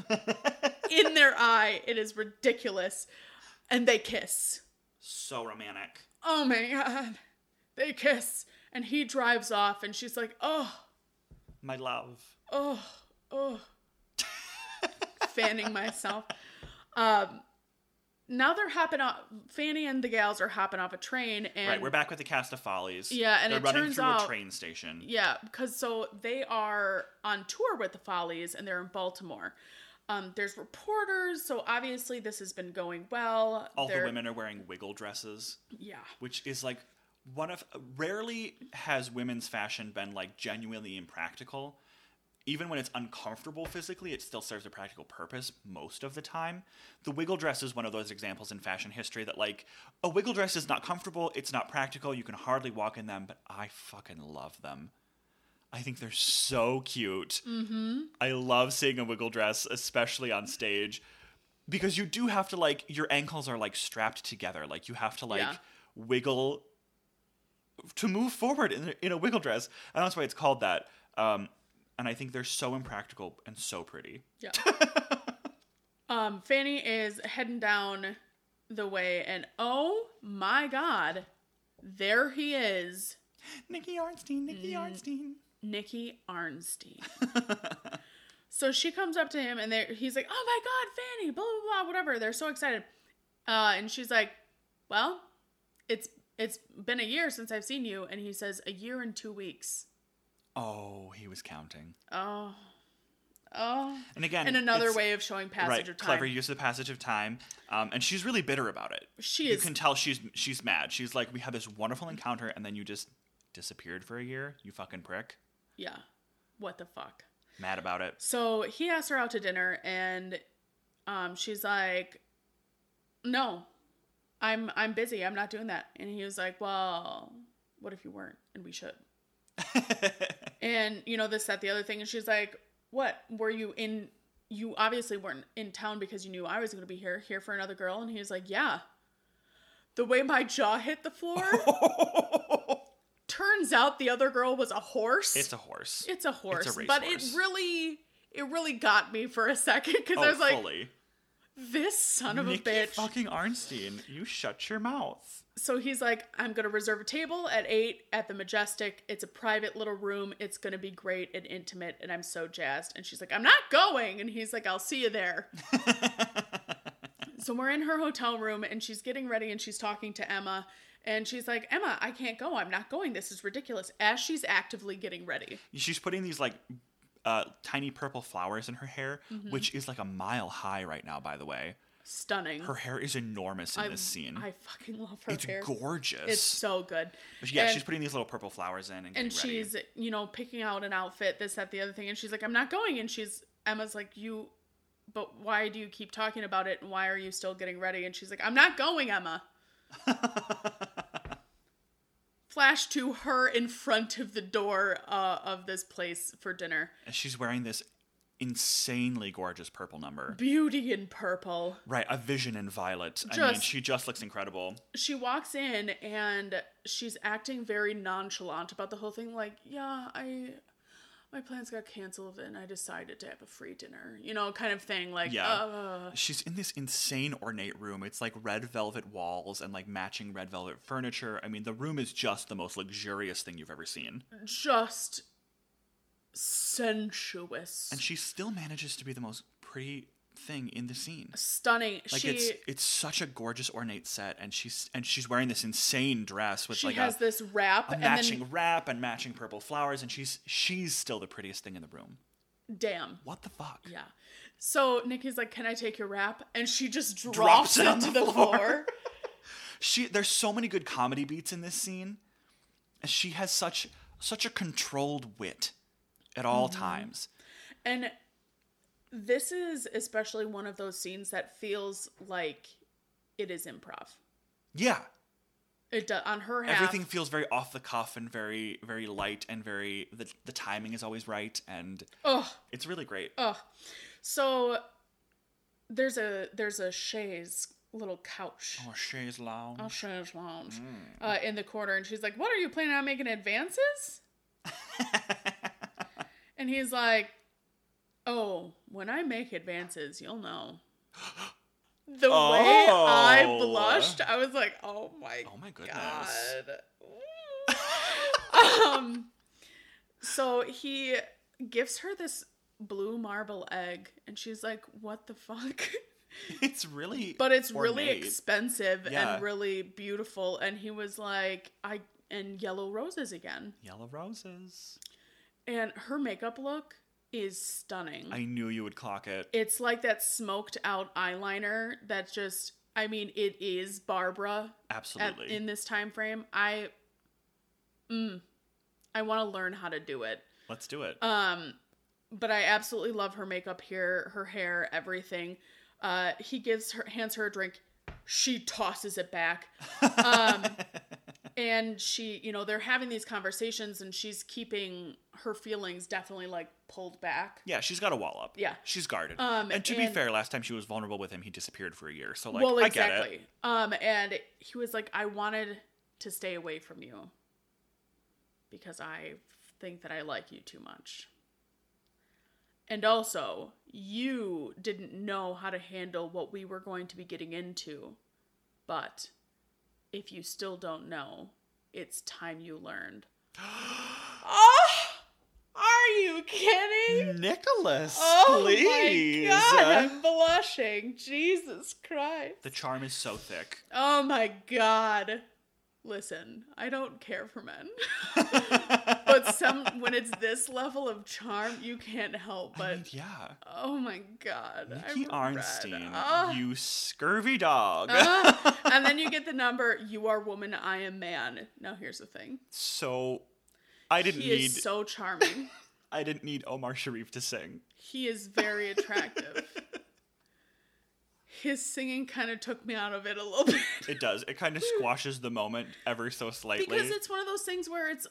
in their eye. It is ridiculous, and they kiss. so romantic. Oh my god, they kiss, and he drives off, and she's like, oh, My love. oh, (laughs) oh, fanning myself. Um, now they're hopping off. Fanny and the gals are hopping off a train, and right, we're back with the cast of Follies. Yeah, and they're it running turns through out- a train station. Yeah, because so they are on tour with the Follies, and they're in Baltimore. Um, there's reporters, so obviously this has been going well. All They're- the women are wearing wiggle dresses, yeah, which is like one of rarely has women's fashion been like genuinely impractical. Even when it's uncomfortable physically, it still serves a practical purpose most of the time. The wiggle dress is one of those examples in fashion history that like a wiggle dress is not comfortable, it's not practical, you can hardly walk in them, but I fucking love them. I think they're so cute. Mm-hmm. I love seeing a wiggle dress, especially on stage, because you do have to like your ankles are like strapped together. Like you have to like Yeah. wiggle to move forward in, in a wiggle dress, and that's why it's called that. Um, and I think they're so impractical and so pretty. yeah. (laughs) um, Fanny is heading down the way, and oh my god, there he is. Nikki Arnstein, Nikki Mm. Arnstein. Nikki Arnstein. (laughs) so she comes up to him and they're- he's like, "Oh my god, Fanny, blah blah blah, whatever." They're so excited, uh, and she's like, "Well, it's it's been a year since I've seen you," and he says, "A year and two weeks." Oh, he was counting. Oh, oh, And again, and another it's- way of showing passage right, of time. clever use of the passage of time. Um, and she's really bitter about it. She you is can tell she's she's mad. She's like, we had this wonderful encounter, and then you just disappeared for a year. You fucking prick. yeah. What the fuck? Mad about it. (laughs) So he asks her out to dinner, and um, she's like, "No, I'm I'm busy. I'm not doing that." And he was like, "Well, what if you weren't? And we should." and you know this, that, the other thing. And she's like, "What were you in? You obviously weren't in town because you knew I was going to be here, here for another girl." And he was like, "Yeah." The way my jaw hit the (laughs) floor. Oh. turns out the other girl was a horse. It's a horse. It's a horse, racehorse. Oh, but it really it really got me for a second because I was like, fully. this son of Nikki a bitch. fucking Arnstein, you shut your mouth. So he's like, I'm gonna reserve a table at eight at the Majestic. It's a private little room. It's gonna be great and intimate, and I'm so jazzed. And she's like, I'm not going. And he's like, I'll see you (laughs) there. so we're in her hotel room, and she's getting ready, and she's talking to Emma. And she's like, Emma, I can't go. I'm not going. This is ridiculous. As she's actively getting ready. She's putting these like uh, tiny purple flowers in her hair, Mm-hmm. which is like a mile high right now. By the way, Stunning. her hair is enormous in this scene. I fucking love her it's hair. gorgeous. It's so good. But yeah, and, she's putting these little purple flowers in and, getting and ready. she's you know picking out an outfit, this, that, the other thing, and she's like, "I'm not going." And she's Emma's like, "You, but why do you keep talking about it? And why are you still getting ready?" And she's like, "I'm not going, Emma." Flash to her in front of the door uh, of this place for dinner. And she's wearing this insanely gorgeous purple number. Beauty in purple. Right, a vision in violet. I mean, Just- she just looks incredible. she walks in and she's acting very nonchalant about the whole thing like yeah i my plans got canceled and I decided to have a free dinner, you know, kind of thing. Like, Yeah. uh, She's in this insane ornate room. It's like red velvet walls and like matching red velvet furniture. I mean, the room is just the most luxurious thing you've ever seen. just sensuous, And she still manages to be the most pretty thing in the scene. stunning. Like she it's it's such a gorgeous ornate set and she's and she's wearing this insane dress with she like has a, this wrap, a and matching wrap and matching purple flowers and she's she's still the prettiest thing in the room. then damn. What the fuck? Yeah. So Nikki's like, "Can I take your wrap?" And she just drops, Drops it it on to the the floor. (laughs) floor. she there's so many good comedy beats in this scene and she has such such a controlled wit at all Mm-hmm. times And this is especially one of those scenes that feels like it is improv. yeah It does on her half. everything feels very off the cuff and very very light and very the, the timing is always right and Ugh, it's really great ugh. So there's a there's a chaise little couch. oh chaise lounge A chaise lounge Mm. uh, in the corner, and she's like, "What are you planning on making (laughs) advances?" and he's like, "Oh, when I make advances, you'll know." The way I Oh. blushed, I was like, "Oh my, Oh my goodness. (laughs) god!" um, so he gives her this blue marble egg, and she's like, "What the fuck?" (laughs) it's really but it's really ornate. expensive Yeah. and really beautiful and he was like i and yellow roses again yellow roses and her makeup look is stunning i knew you would clock it it's like that smoked out eyeliner that just i mean it is barbara at, absolutely in this time frame i mm, i want to learn how to do it let's do it um, but I absolutely love her makeup here, her hair, everything. Uh, he gives her hands her a drink. She tosses it back. Um, and she, you know, they're having these conversations and she's keeping her feelings definitely like pulled back. yeah she's got a wall up Yeah. she's guarded Um, and to and- be fair last time she was vulnerable with him he disappeared for a year so like well, i get exactly. it Um, and he was like, I wanted to stay away from you because I think that I like you too much. And also, you didn't know how to handle what we were going to be getting into. But if you still don't know, it's time you (gasps) learned. oh, are you kidding? Nicholas, Oh please. my god, I'm blushing. Jesus Christ. The charm is so thick. Oh my god. Listen, I don't care for men. (laughs) (laughs) but some when it's this level of charm, you can't help but I mean, yeah. oh my god. Nikki I'm red. Arnstein, Ah. you scurvy dog. Ah. (laughs) and then you get the number you are woman, I am man. Now here's the thing. so I didn't He need is so charming. I didn't need Omar Sharif to sing. He is very (laughs) attractive. His singing kind of took me out of it a little (laughs) bit. It does. It kind of squashes the moment ever so slightly. because it's one of those things where it's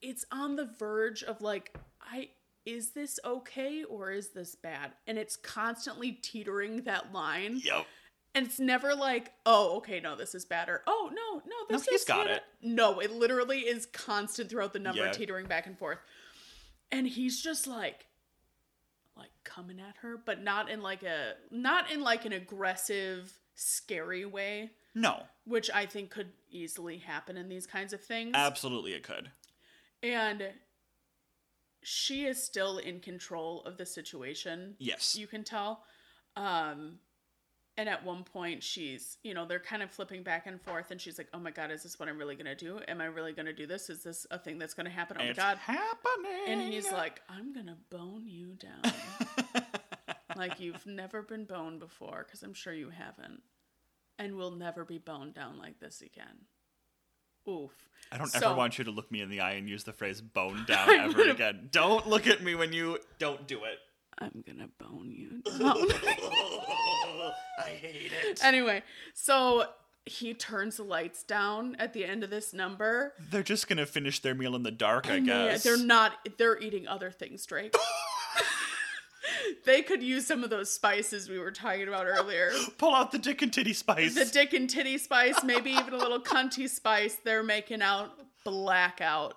it's on the verge of like i is this okay or is this bad and it's constantly teetering that line yep. and it's never like oh okay no this is bad or oh no no No, this he's is got good." it. no it literally is constant throughout the number Yeah. teetering back and forth and he's just like like coming at her but not in like a not in like an aggressive scary way No, which i think could easily happen in these kinds of things absolutely it could. and she is still in control of the situation. Yes. You can tell. Um and at one point she's, you know, they're kind of flipping back and forth and she's like, "Oh my god, is this what I'm really going to do? Am I really going to do this? Is this a thing that's going to happen? Oh my it's god." happening. And he's like, "I'm going to bone you (laughs) down." like you've never been boned before cuz I'm sure you haven't. And will never be boned down like this again. Oof. I don't So- ever want you to look me in the eye and use the (laughs) phrase bone down I'm ever gonna- again. Don't look at me when you don't do it. I'm gonna bone (laughs) you down. (laughs) I hate it. anyway, so he turns the lights down at the end of this number. They're just gonna finish their meal in the dark, I And they- guess. They're not they're eating other things, Drake. (laughs) they could use some of those spices we were talking about earlier. (laughs) Pull out the dick and titty spice. The dick and titty spice, maybe even a little cunty spice, they're making out blackout.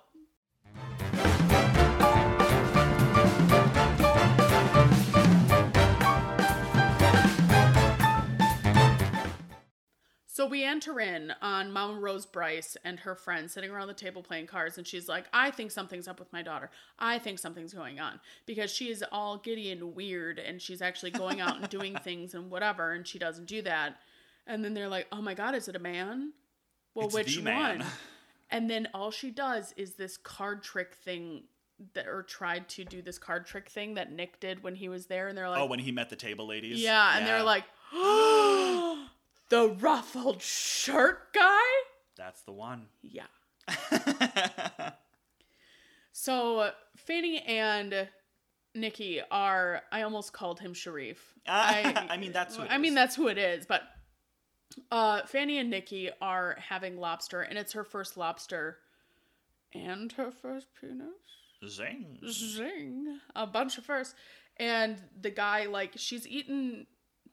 So we enter in on Mama Rose Bryce and her friend sitting around the table playing cards, and she's like, I think something's up with my daughter. I think something's going on because she is all giddy and weird, and she's actually going out and doing things and whatever, and she doesn't do that. And then they're like, Oh my God, is it a man? Well, It's which the man. one? And then all she does is this card trick thing that, or tried to do this card trick thing that Nick did when he was there, and they're like, (laughs) oh, when he met the table ladies. yeah, and they're like, (gasps) the ruffled shirt guy? that's the (laughs) one. Yeah. So uh, Fanny and Nikki are, I almost called him Sharif. I, mean, that's what. I mean, that's who it is, but uh, Fanny and Nikki are having lobster, and it's her first lobster and her first penis. Zing. zing a bunch of firsts and the guy like she's eaten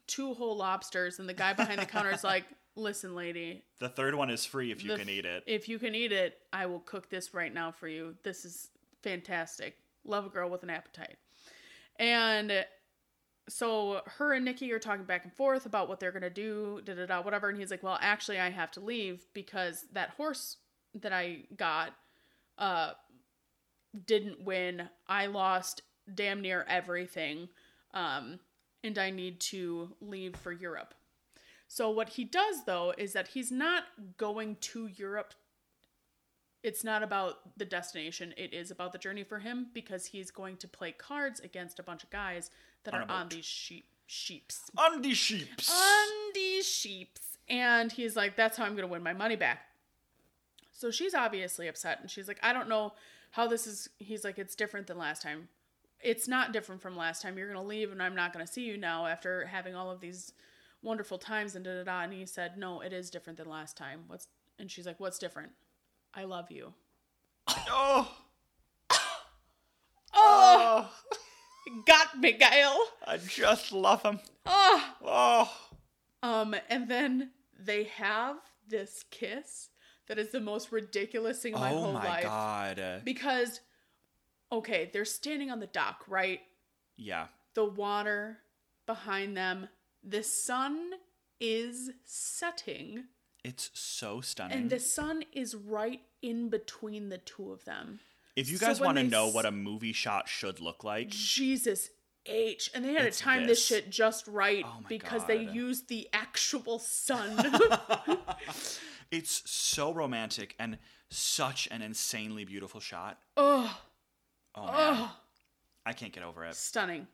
two whole lobsters and the guy behind the counter is like listen lady The third one is free if you the f- can eat it. if you can eat it i will cook this right now for you this is fantastic love a girl with an appetite and so her and nikki are talking back and forth about what they're gonna do da da da whatever and he's like well actually i have to leave because that horse that i got uh didn't win i lost damn near everything um and i need to leave for europe so what he does though is that he's not going to Europe. It's not about the destination, it is about the journey for him because he's going to play cards against a bunch of guys that On are a on boat. these sheep sheeps. On the sheeps. On these sheeps. And he's like, that's how I'm going to win my money back. So she's obviously upset and she's like, I don't know how this is. He's like, it's different than last time. It's not different from last time. You're going to leave and I'm not going to see you now after having all of these wonderful times and da da da. And he said, No, it is different than last time. What's, and she's like, What's different? I love you. oh. Oh, oh, got me, Gail. I just love him. Oh, Oh, Um, and then they have this kiss that is the most ridiculous thing in my oh whole my life. god. Because, okay, they're standing on the dock, right? Yeah. The water behind them, the sun is setting, It's so stunning. and the sun is right in between the two of them. if you so guys when want to they know s- what a movie shot should look like, (laughs) Jesus H. And they had It's to time this. this. shit just right Oh my because they God. used the actual (laughs) sun. (laughs) it's so romantic and such an insanely beautiful shot. Ugh. Oh, man. Ugh. I can't get over it. Stunning.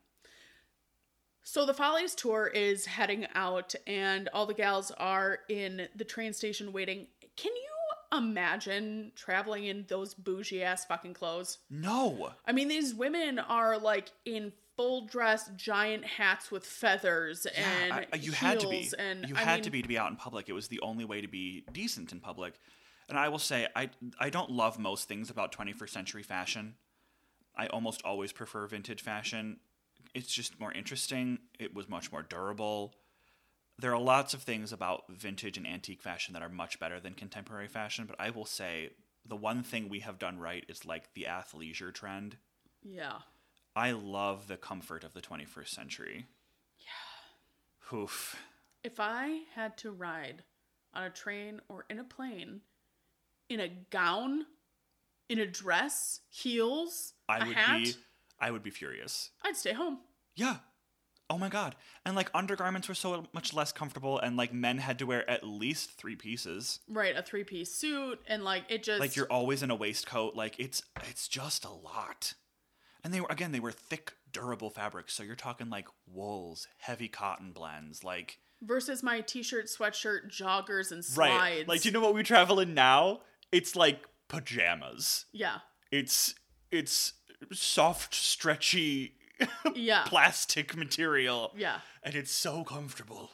So the Follies tour is heading out, and all the gals are in the train station waiting. Can you imagine traveling in those bougie ass fucking clothes? No. I mean, these women are like in full dress, giant hats with feathers and I- I- you had to be. heels and you I had mean, to be to be out in public. It was the only way to be decent in public. And I will say, I I don't love most things about 21st century fashion. I almost always prefer vintage fashion. It's just more interesting. It was much more durable. There are lots of things about vintage and antique fashion that are much better than contemporary fashion, but I will say the one thing we have done right is like the athleisure trend. Yeah. I love the comfort of the 21st century. Yeah. Oof. If I had to ride on a train or in a plane in a gown, in a dress, heels, I a would hat, be I would be furious. I'd stay home. Yeah. Oh my god. And like undergarments were so much less comfortable and like men had to wear at least 3 pieces. Right, a three piece suit and like it just Like you're always in a waistcoat. Like it's it's just a lot. And they were again they were thick durable fabrics. So you're talking like wools, heavy cotton blends, like versus my t shirt, sweatshirt, joggers and slides. right. Like do you know what we travel in now? It's like pajamas. (laughs) Yeah. It's it's soft, stretchy Yeah. plastic material. yeah. And it's so comfortable.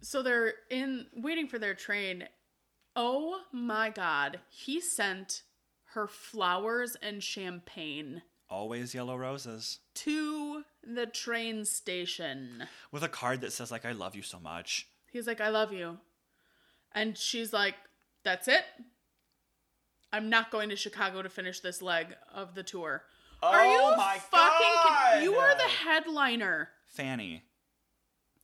So they're in waiting for their train. Oh my god. He sent her flowers and champagne always yellow roses to the train station. with a card that says like i love you so much He's like, I love you. And she's like, That's it. I'm not going to Chicago to finish this leg of the tour. Are Oh you my fucking kidding- You are the God. headliner. fanny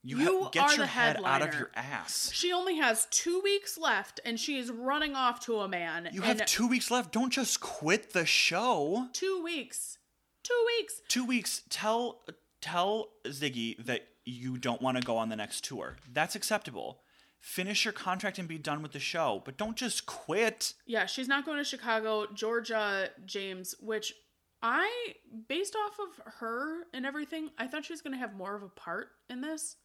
You, You ha- get are your the head out of headliner. your ass. She only has two weeks left, and she is running off to a man. You and have two weeks left. Don't just quit the show. two weeks. Two weeks. Two weeks. Tell tell Ziggy that you don't want to go on the next tour. That's acceptable. Finish your contract and be done with the show, but don't just quit. Yeah, she's not going to Chicago, Georgia, James, which I, based off of her and everything, I thought she was going to have more of a part in this.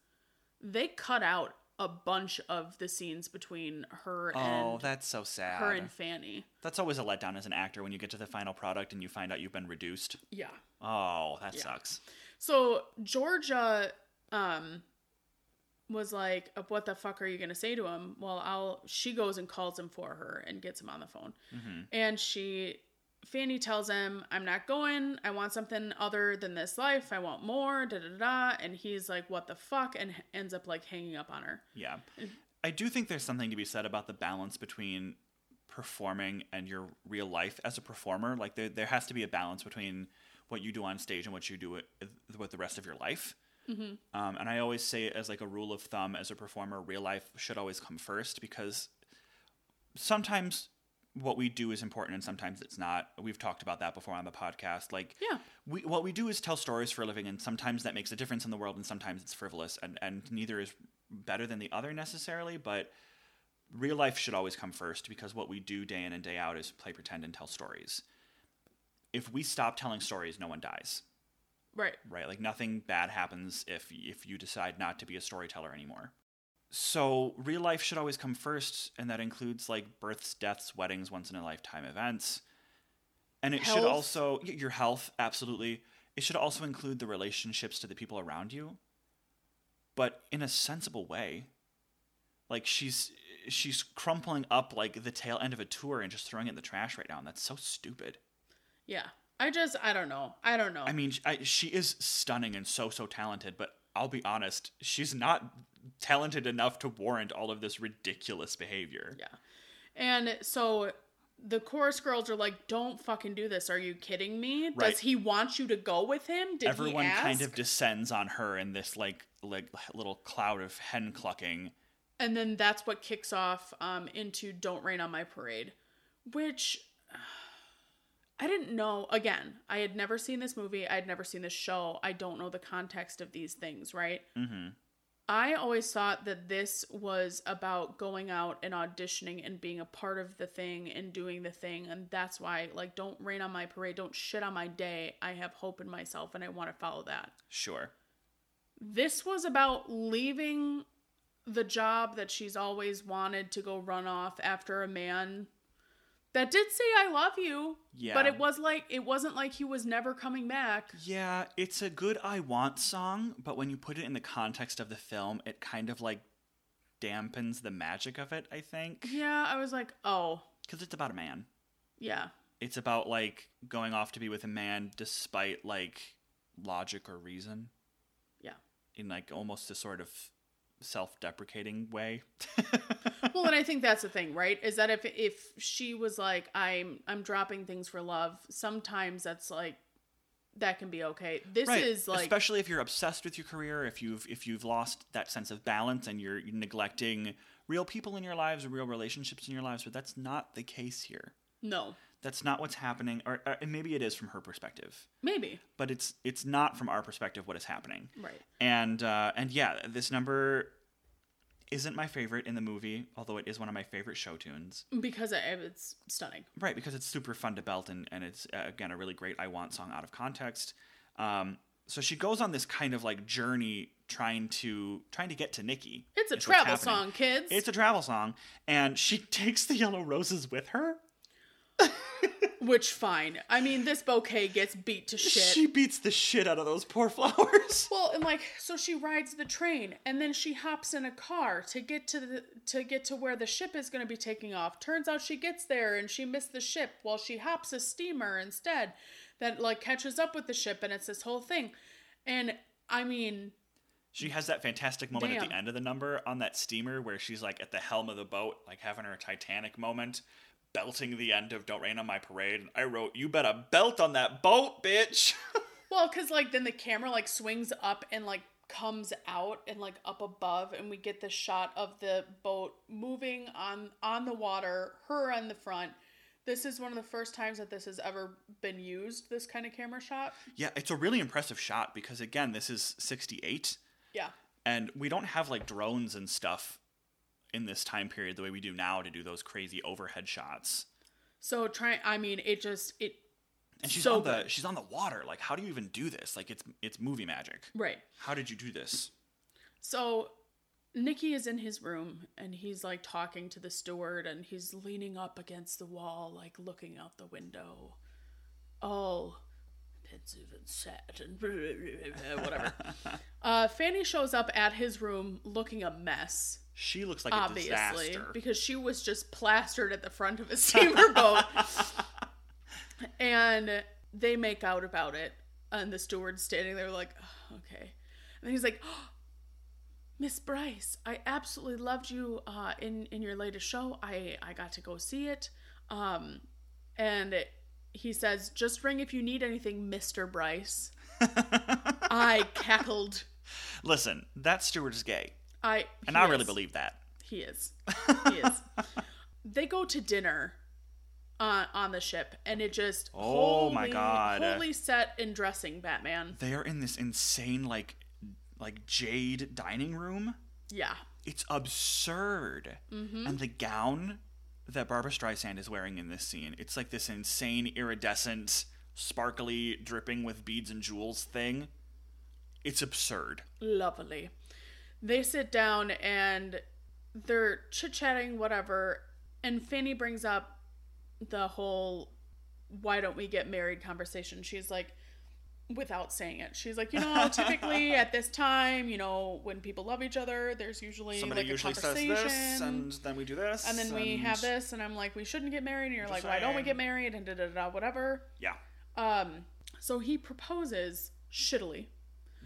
They cut out a bunch of the scenes between her Oh, and that's so sad. her and Fanny. that's always a letdown as an actor when you get to the final product and you find out you've been reduced. Yeah. Oh, that Yeah. sucks. So Georgia um was like, "Uh, "What the fuck are you gonna say to him?" Well, I'll. She goes and calls him for her and gets him on the phone, hmm and she. Fanny tells him, I'm not going. I want something other than this life. I want more. Da da da. da." And he's like, What the fuck? And h- ends up like hanging up on her. Yeah. I do think there's something to be said about the balance between performing and your real life as a performer. Like there there has to be a balance between what you do on stage and what you do with, with the rest of your life. Mhm. Um, and I always say as like a rule of thumb as a performer, real life should always come first because sometimes what we do is important and sometimes it's not. We've talked about that before on the podcast. Like Yeah. we, what we do is tell stories for a living, and sometimes that makes a difference in the world, and sometimes it's frivolous, and, and neither is better than the other necessarily, but real life should always come first because what we do day in and day out is play pretend and tell stories. If we stop telling stories, no one dies, Right. right? Like nothing bad happens if if you decide not to be a storyteller anymore. So real life should always come first, and that includes like births, deaths, weddings, once in a lifetime events. And it should Health. also y- your health, absolutely. It should also include the relationships to the people around you, but in a sensible way. Like she's she's crumpling up like the tail end of a tour and just throwing it in the trash right now, and that's so stupid. Yeah. I just, I don't know. I don't know. I mean, I, she is stunning and so so talented, but I'll be honest, she's not talented enough to warrant all of this ridiculous behavior. Yeah. And so the chorus girls are like, "Don't fucking do this. Are you kidding me? Right. Does he want you to go with him? Did Everyone he ask?" kind of descends on her in this like like little cloud of hen clucking. and then that's what kicks off um, into "Don't Rain on My Parade," which (sighs) I didn't know. Again, I had never seen this movie. I had never seen this show. I don't know the context of these things, right? Mm-hmm. I always thought that this was about going out and auditioning and being a part of the thing and doing the thing. And that's why, like, don't rain on my parade, don't shit on my day. I have hope in myself and I want to follow that. Sure. This was about leaving the job that she's always wanted to go run off after a man that did say, I love you. Yeah. But it was like, it wasn't like he was never coming back. (laughs) Yeah, it's a good I want song, but when you put it in the context of the film, it kind of like dampens the magic of it, I think. Yeah, I was like, oh, Cuz it's about a man. yeah. It's about like going off to be with a man despite like logic or reason. Yeah. In like almost a sort of self-deprecating way. well and i think that's the thing right is that if if she was like i'm i'm dropping things for love sometimes that's like that can be okay this is like especially if you're obsessed with your career if you've if you've lost that sense of balance and you're neglecting real people in your lives or real relationships in your lives but that's not the case here no that's not what's happening or, or and maybe it is from her perspective maybe but it's it's not from our perspective what is happening right and uh and yeah this number isn't my favorite in the movie although it is one of my favorite show tunes because I, it's stunning Right, because it's super fun to belt, and, and it's, uh, again, a really great I Want song out of context. Um, so she goes on this kind of like journey trying to trying to get to Nikki. it's a is what's travel happening. song kids It's a travel song, and she (laughs) takes the yellow roses with her. which fine i mean this bouquet gets beat to shit She beats the shit out of those poor (laughs) flowers. well and like so she rides the train and then she hops in a car to get to the to get to where the ship is going to be taking off turns out she gets there and she missed the ship while she hops a steamer instead that like catches up with the ship and it's this whole thing and i mean She has that fantastic moment at Damn. the end of the number on that steamer where she's like at the helm of the boat, like having her Titanic moment, belting the end of "Don't Rain on My Parade." And I wrote, "You better belt on that boat, bitch." (laughs) well because like then the camera like swings up and like comes out and like up above and we get the shot of the boat moving on on the water her on the front this is one of the first times that this has ever been used this kind of camera shot Yeah, it's a really impressive shot because again, this is 68 yeah and we don't have like drones and stuff in this time period the way we do now to do those crazy overhead shots. so try i mean it just it And she's So on the she's on the water. Like how do you even do this? Like it's it's movie magic. right How did you do this? So Nikki is in his room and he's like talking to the steward and he's leaning up against the wall, like looking out the window. All pensive and sad and (laughs) whatever. uh, Fanny shows up at his room looking a mess, She looks like a obviously, disaster. because she was just plastered at the front of a (laughs) steamer boat. and they make out about it. And the steward's standing there like, "Ugh, okay. And he's like, "Oh, Miss Bryce, I absolutely loved you uh, in in your latest show. I I got to go see it, um, and it- he says, "Just ring if you need anything, Mister (laughs) Bryce." I cackled. Listen, that steward is gay. I And he I really is. believe that. he is. He (laughs) is. they go to dinner uh, on the ship, and it just Oh my holy- God. holy set and dressing Batman. They are in this insane like like jade dining room. Yeah, It's absurd. Mm-hmm. And the gown that Barbara Streisand is wearing in this scene, it's like this insane iridescent, sparkly, dripping with beads and jewels thing. It's absurd. lovely. They sit down and they're chit chatting, whatever. And Fanny brings up the whole why don't we get married conversation. She's like, without saying it, she's like, you (laughs) know, typically at this time, you know, when people love each other, there's usually Somebody like usually a says conversation. this, and then we do this, and then we have this. this, and I'm like, we shouldn't get married. And you're like, Just why don't we saying. get married? And da da da, da, whatever. Yeah, Um, so he proposes shittily.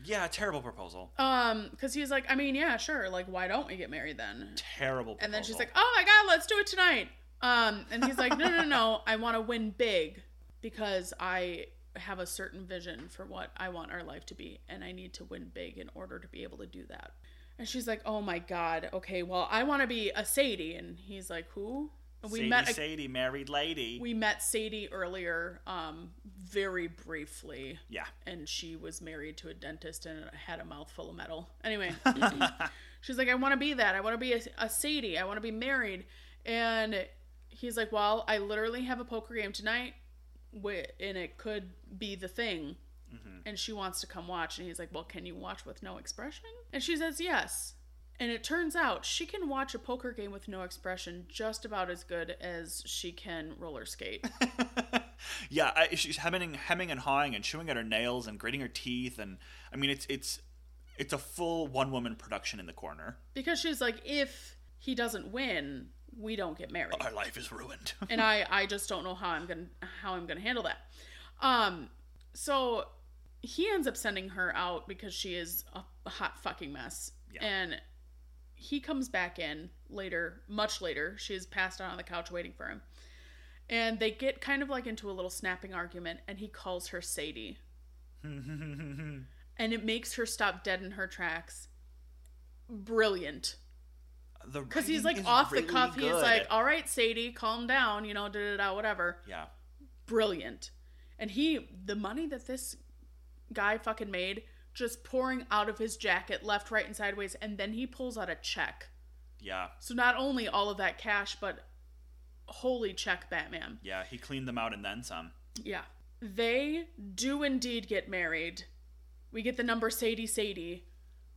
yeah, terrible proposal. Um, because he's like, I mean, yeah, sure. Like, why don't we get married then? Terrible. Proposal. And then she's like, "Oh my god, let's do it tonight." Um, and he's like, "No, no, (laughs) no, I want to win big because I have a certain vision for what I want our life to be, and I need to win big in order to be able to do that." And she's like, "Oh my god, okay, well, I want to be a Sadie," and he's like, "Who?" And "Oh, we Sadie, met Sadie, married lady. we met Sadie earlier, um, very briefly, yeah, and she was married to a dentist and had a mouthful of metal. Anyway. She's like, I want to be that. I want to be a, a Sadie. I want to be married. And he's like, Well, I literally have a poker game tonight, wi- and it could be the thing. And she wants to come watch. And he's like, Well, can you watch with no expression? And she says, Yes. And it turns out she can watch a poker game with no expression just about as good as she can roller skate. yeah. I, she's hemming, and- hemming and hawing, and chewing at her nails, and gritting her teeth, and I mean, it's it's it's a full one woman production in the corner. because she's like, If he doesn't win, we don't get married. Our life is (laughs) ruined. and I I just don't know how I'm gonna how I'm gonna handle that. Um, so he ends up sending her out because she is a hot fucking mess, Yeah. and he comes back in later, much later. She is passed out on the couch waiting for him, and they get kind of like into a little snapping argument, and he calls her Sadie, (laughs) and it makes her stop dead in her tracks. Brilliant. Because Because he's like off the cuff. He's like, all right, Sadie, calm down, you know, da da da, whatever yeah, brilliant. And he, the money that this guy fucking made, just pouring out of his jacket, left, right, and sideways, and then he pulls out a check. yeah, So not only all of that cash, but holy check, Batman. yeah. He cleaned them out and then some. Yeah. They do indeed get married. We get the number Sadie Sadie.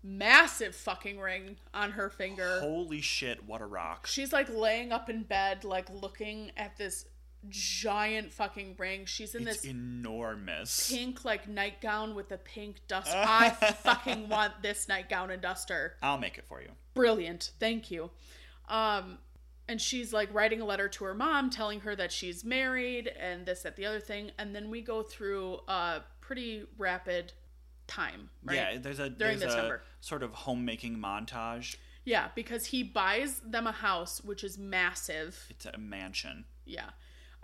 Massive fucking ring on her finger. Holy shit! What a rock. She's like laying up in bed, like looking at this giant fucking ring. She's in It's this enormous. pink like nightgown with a pink (laughs) duster. I fucking want this nightgown and duster. I'll make it for you. Brilliant. Thank you. Um and she's like writing a letter to her mom telling her that she's married and this that the other thing and then we go through a pretty rapid time, right? Yeah, there's a During this there's a number. sort of homemaking montage. Yeah, because he buys them a house which is massive. It's a mansion. Yeah.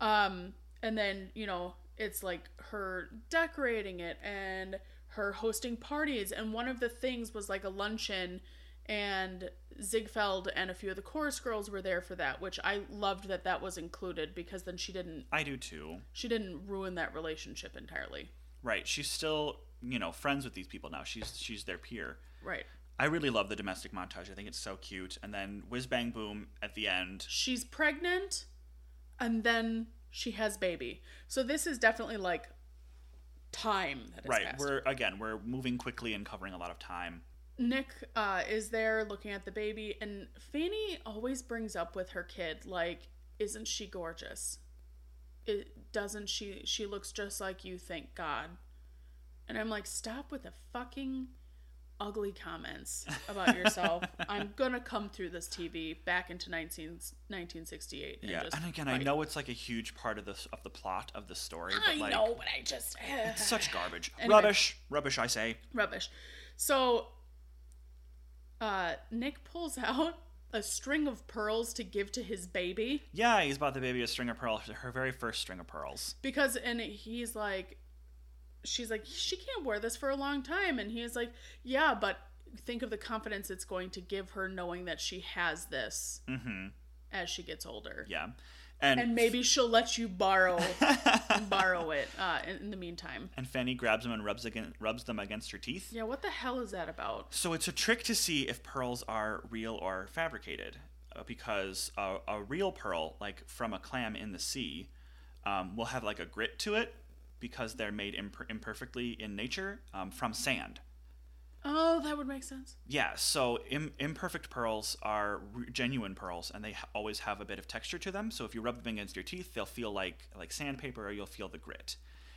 Um, and then, you know, it's like her decorating it and her hosting parties, and one of the things was like a luncheon, and Ziegfeld and a few of the chorus girls were there for that, which I loved that that was included because then she didn't I do too. she didn't ruin that relationship entirely. Right. She's still, you know, friends with these people now. She's she's their peer. Right. I really love the domestic montage. I think it's so cute. And then whiz bang boom at the end. She's pregnant, and then she has baby. So this is definitely like time that has Right. passed. We're again, we're moving quickly and covering a lot of time. Nick uh, is there looking at the baby, and Fanny always brings up with her kid, like, isn't she gorgeous? It doesn't she? She looks just like you. Thank God. And I'm like, stop with the fucking ugly comments about (laughs) yourself. I'm gonna come through this TV back into 19, 1968. yeah. just and again, I fight. know it's like a huge part of the of the plot of the story, I but like know, but I just such garbage. Anyway. Rubbish. Rubbish I say. rubbish. So uh Nick pulls (laughs) out a string of pearls to give to his baby Yeah, he's bought the baby a string of pearls, her very first string of pearls. because and he's like she's like she can't wear this for a long time and he's like yeah but think of the confidence it's going to give her knowing that she has this Mhm. as she gets older. Yeah. And maybe she'll let you borrow borrow it uh in, in the meantime. and Fanny grabs them and rubs again, rubs them against her teeth. Yeah, what the hell is that about? So it's a trick to see if pearls are real or fabricated, uh, because a, a real pearl, like from a clam in the sea, um, will have like a grit to it because they're made imper- imperfectly in nature um, from sand. Oh, that would make sense. Yeah, so Im- imperfect pearls are re- genuine pearls, and they ha- always have a bit of texture to them. So if you rub them against your teeth, they'll feel like like sandpaper, or you'll feel the grit.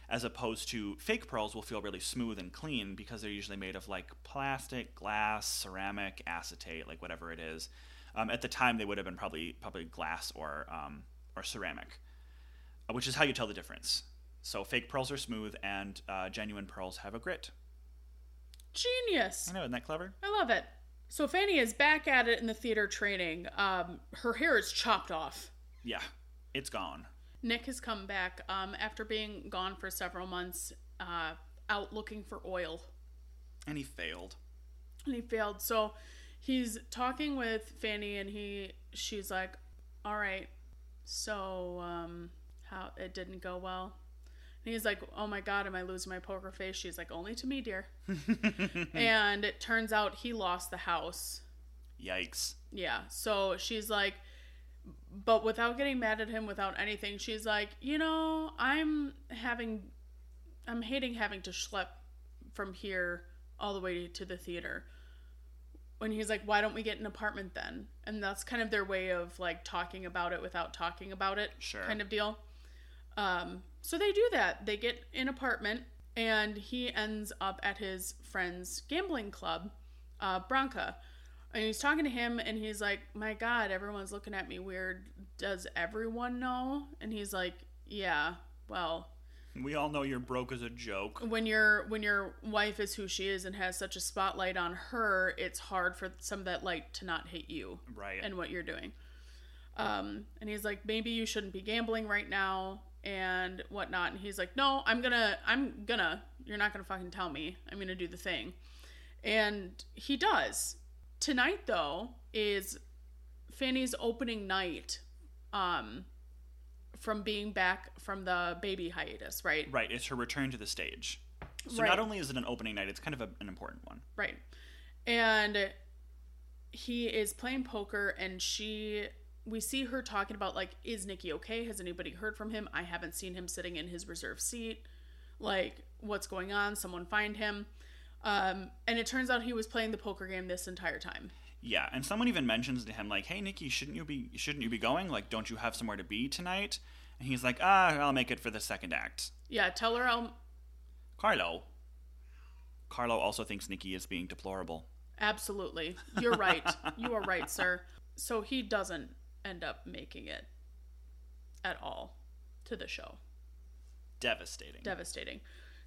As opposed to fake pearls, will feel really smooth and clean because they're usually made of like plastic, glass, ceramic, acetate, like whatever it is. Um, at the time, they would have been probably probably glass or um, or ceramic, uh, which is how you tell the difference. So fake pearls are smooth, and uh, genuine pearls have a grit. Genius. I know, isn't that clever? I love it. So Fanny is back at it in the theater training. Um, her hair is chopped off. Yeah, it's gone. Nick has come back um, after being gone for several months, uh, out looking for oil, and he failed. and he failed. So he's talking with Fanny, and he she's like, "All right, so um, how it didn't go well." And he's like, "Oh my God, am I losing my poker face?" She's like, "Only to me, dear." (laughs) and it turns out he lost the house. Yikes. Yeah. So she's like, but without getting mad at him, without anything, she's like, you know, I'm having, I'm hating having to schlep from here all the way to the theater. When he's like, why don't we get an apartment then? And that's kind of their way of like talking about it without talking about it, Sure. kind of deal. Um, so they do that. They get an apartment, and he ends up at his friend's gambling club, uh, Bronca. And he's talking to him, and he's like, "My God, everyone's looking at me weird. Does everyone know?" And he's like, "Yeah, well, We all know you're broke as a joke. when your when your wife is who she is and has such a spotlight on her, it's hard for some of that light to not hit you." Right. and what you're doing. Um, and he's like, maybe you shouldn't be gambling right now and whatnot. And he's like, no, I'm gonna, I'm gonna, you're not gonna fucking tell me. I'm gonna do the thing. And he does. Tonight, though, is Fanny's opening night um, from being back from the baby hiatus, right? right, it's her return to the stage. So Right. not only is it an opening night, it's kind of a, an important one. Right. And he is playing poker and she we see her talking about like is Nikki okay? Has anybody heard from him? I haven't seen him sitting in his reserve seat. Like what's going on? Someone find him. Um and it turns out he was playing the poker game this entire time. Yeah, and someone even mentions to him like, "Hey, Nikki, shouldn't you be shouldn't you be going? Like, don't you have somewhere to be tonight?" And he's like, "Ah, I'll make it for the second act." Yeah, tell her I'll Carlo. Carlo also thinks Nikki is being deplorable. absolutely. You're right. you are right, sir. So he doesn't end up making it at all to the show. Devastating. devastating.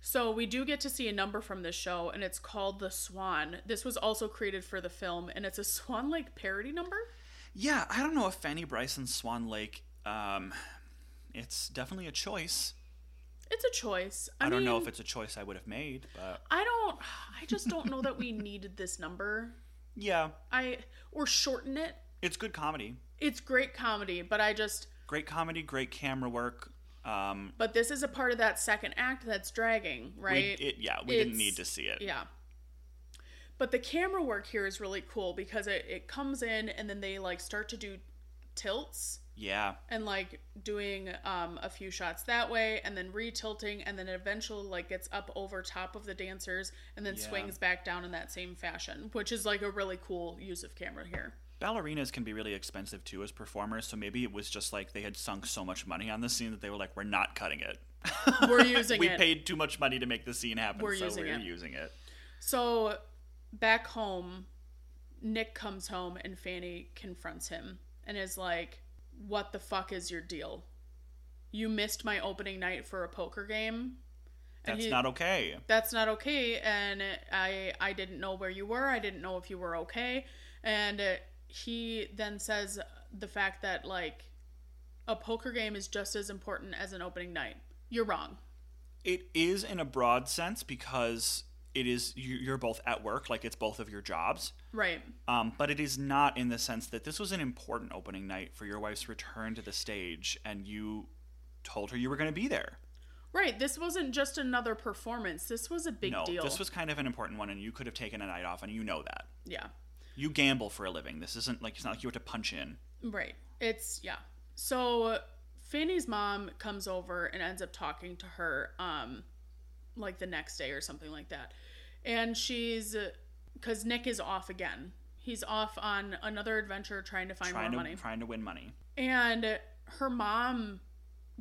So we do get to see a number from this show, and it's called The Swan. This was also created for the film, and it's a (laughs) Swan Lake parody number. yeah, I don't know if Fanny Bryson's Swan Lake. Um, it's definitely a choice. It's a choice. I, don't know mean, if it's a choice I would have made, but I don't. I just don't know that we (laughs) needed this number. yeah, I or shorten it. it's good comedy. It's great comedy, but I just. Great comedy, great camera work. Um, But this is a part of that second act that's dragging, we, right? it, yeah, we didn't It's- need to see it. Yeah. But the camera work here is really cool because it, it comes in and then they like start to do tilts Yeah, and like doing um, a few shots that way and then retilting and then it eventually like gets up over top of the dancers and then Yeah. swings back down in that same fashion, which is like a really cool use of camera (laughs) here. ballerinas can be really expensive too as performers. So maybe it was just like they had sunk so much money on this scene that they were like, "We're not cutting it. We're using we it. paid too much money to make the scene happen, We're so using we're it." using it." So back home, Nick comes home and Fanny confronts him and is like, What the fuck is your deal? You missed my opening night for a poker game. And That's he- not okay. That's not okay. And I I didn't know where you were. I didn't know if you were okay. And uh, he then says the fact that like a poker game is just as important as an opening night. You're wrong. It is in a broad sense because it is you- you're both at work, like it's both of your jobs. Right. Um, but it is not in the sense that this was an important opening night for your wife's return to the stage, and you told her you were going to be there. Right. This wasn't just another performance. This was a big no, deal. this was kind of an important one, and you could have taken a night off, and you know that. Yeah. You gamble for a living. This isn't like it's not like you were to punch in. Right. It's yeah. So Fanny's mom comes over and ends up talking to her um like the next day or something like that. And she's cuz Nick is off again. He's off on another adventure trying to find trying to more money. trying to win money. And her mom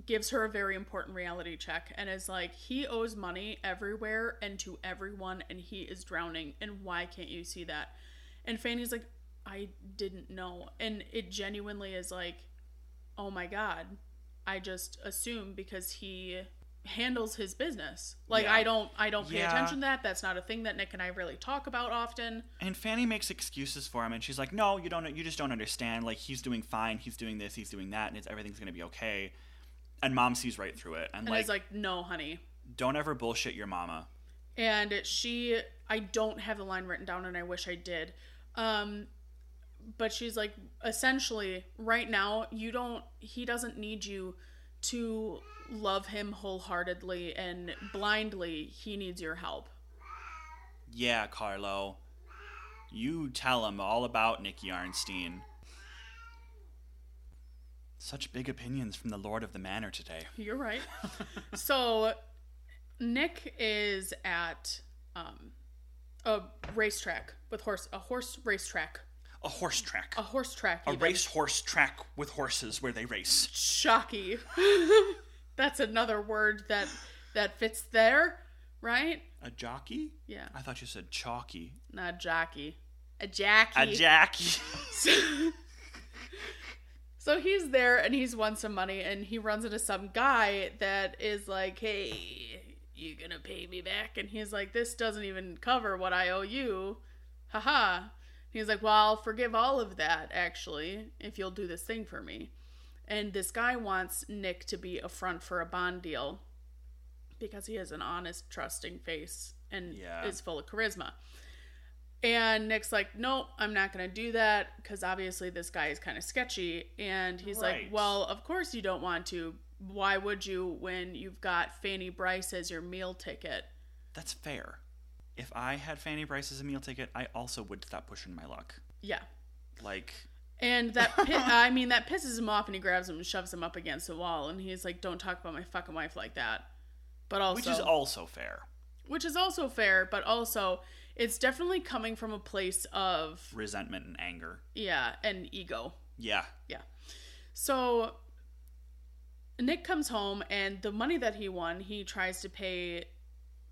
gives her a very important reality check and is like, he owes money everywhere and to everyone, and he is drowning. And why can't you see that? And Fanny's like, I didn't know. And it genuinely is like, oh my God. I just assume because he handles his business. Like Yeah. I don't I don't pay Yeah. attention to that. That's not a thing that Nick and I really talk about often. And Fanny makes excuses for him, and she's like, "No, you don't. You just don't understand. Like he's doing fine. He's doing this. He's doing that, and it's everything's going to be okay." And mom sees right through it, and, And like, is uh, like, no, honey. "Don't ever bullshit your mama." and she i don't have the line written down and i wish i did um but she's like essentially right now you don't he doesn't need you to love him wholeheartedly and blindly he needs your help Yeah, Carlo. You tell him all about Nicky Arnstein. Such big opinions from the Lord of the Manor today. you're right so nick is at um a racetrack with horse a horse racetrack A horse track. a horse track a even. race horse track with horses where they race. shocky. (laughs) That's another word that that fits there, right? A jockey? Yeah, I thought you said chalky. not jockey, a jacky. A jacky. (laughs) so he's there and he's won some money and he runs into some guy that is like, "Hey, you gonna pay me back?" And he's like, "This doesn't even cover what I owe you." Haha. And He's like, "Well, I'll forgive all of that actually if you'll do this thing for me." And this guy wants Nick to be a front for a bond deal because he has an honest, trusting face and Yeah. is full of charisma. And Nick's like, nope, I'm not going to do that because obviously this guy is kind of sketchy. And he's Right. like, well, of course you don't want to. Why would you when you've got Fanny Bryce as your meal ticket? (laughs) That's fair. If I had Fanny Bryce as a meal ticket, I also would stop pushing my luck. Yeah. Like, And (laughs) that, pi- I mean, that pisses him off and he grabs him and shoves him up against the wall. And he's like, don't talk about my fucking wife like that. But also, which is also fair. which is also fair, but also it's definitely coming from a place of, Resentment and anger. yeah, an ego. Yeah. So Nick comes home and the money that he won, he tries to pay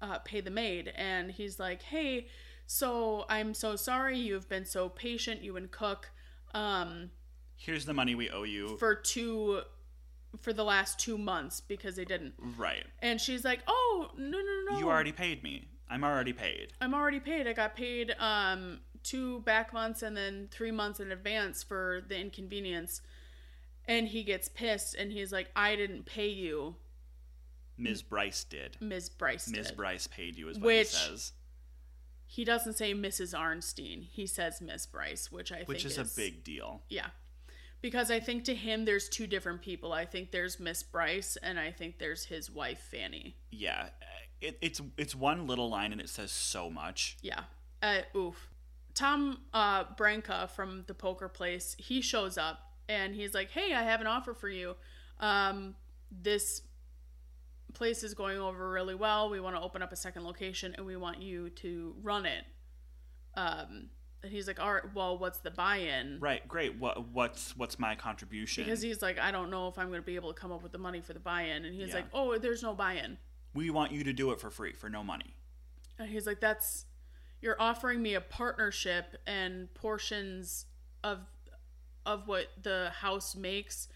uh, pay the maid and he's like, "Hey, so I'm so sorry you've been so patient, you and Cook, um Here's the money we owe you. for two for the last 2 months because they didn't." right. And she's like, "Oh, no no no. You already paid me. I'm already paid. I'm already paid. I got paid um two back months and then three months in advance for the inconvenience. And he gets pissed and he's like, I didn't pay you. Ms. Bryce did. Ms. Bryce. Ms. did. Bryce paid you, is what Which- he says, He doesn't say Mrs. Arnstein. He says Miss Bryce, which I think which is, a big deal. yeah. Because I think to him there's two different people. I think there's Miss Bryce and I think there's his wife Fanny. Yeah, it, it's it's one little line and it says so much. Yeah. Uh, oof. Tom uh, Branca from the poker place, he shows up and he's like, hey, I have an offer for you. Um, this place is going over really well. We want to open up a second location and we want you to run it. Um, and he's like, all right, well, what's the buy in? Right, great. What what's what's my contribution? Because he's like, I don't know if I'm going to be able to come up with the money for the buy in. And he's Yeah. like, oh, there's no buy in. we want you to do it for free for no money. And he's like, that's, you're offering me a partnership and portions of, of what the house makes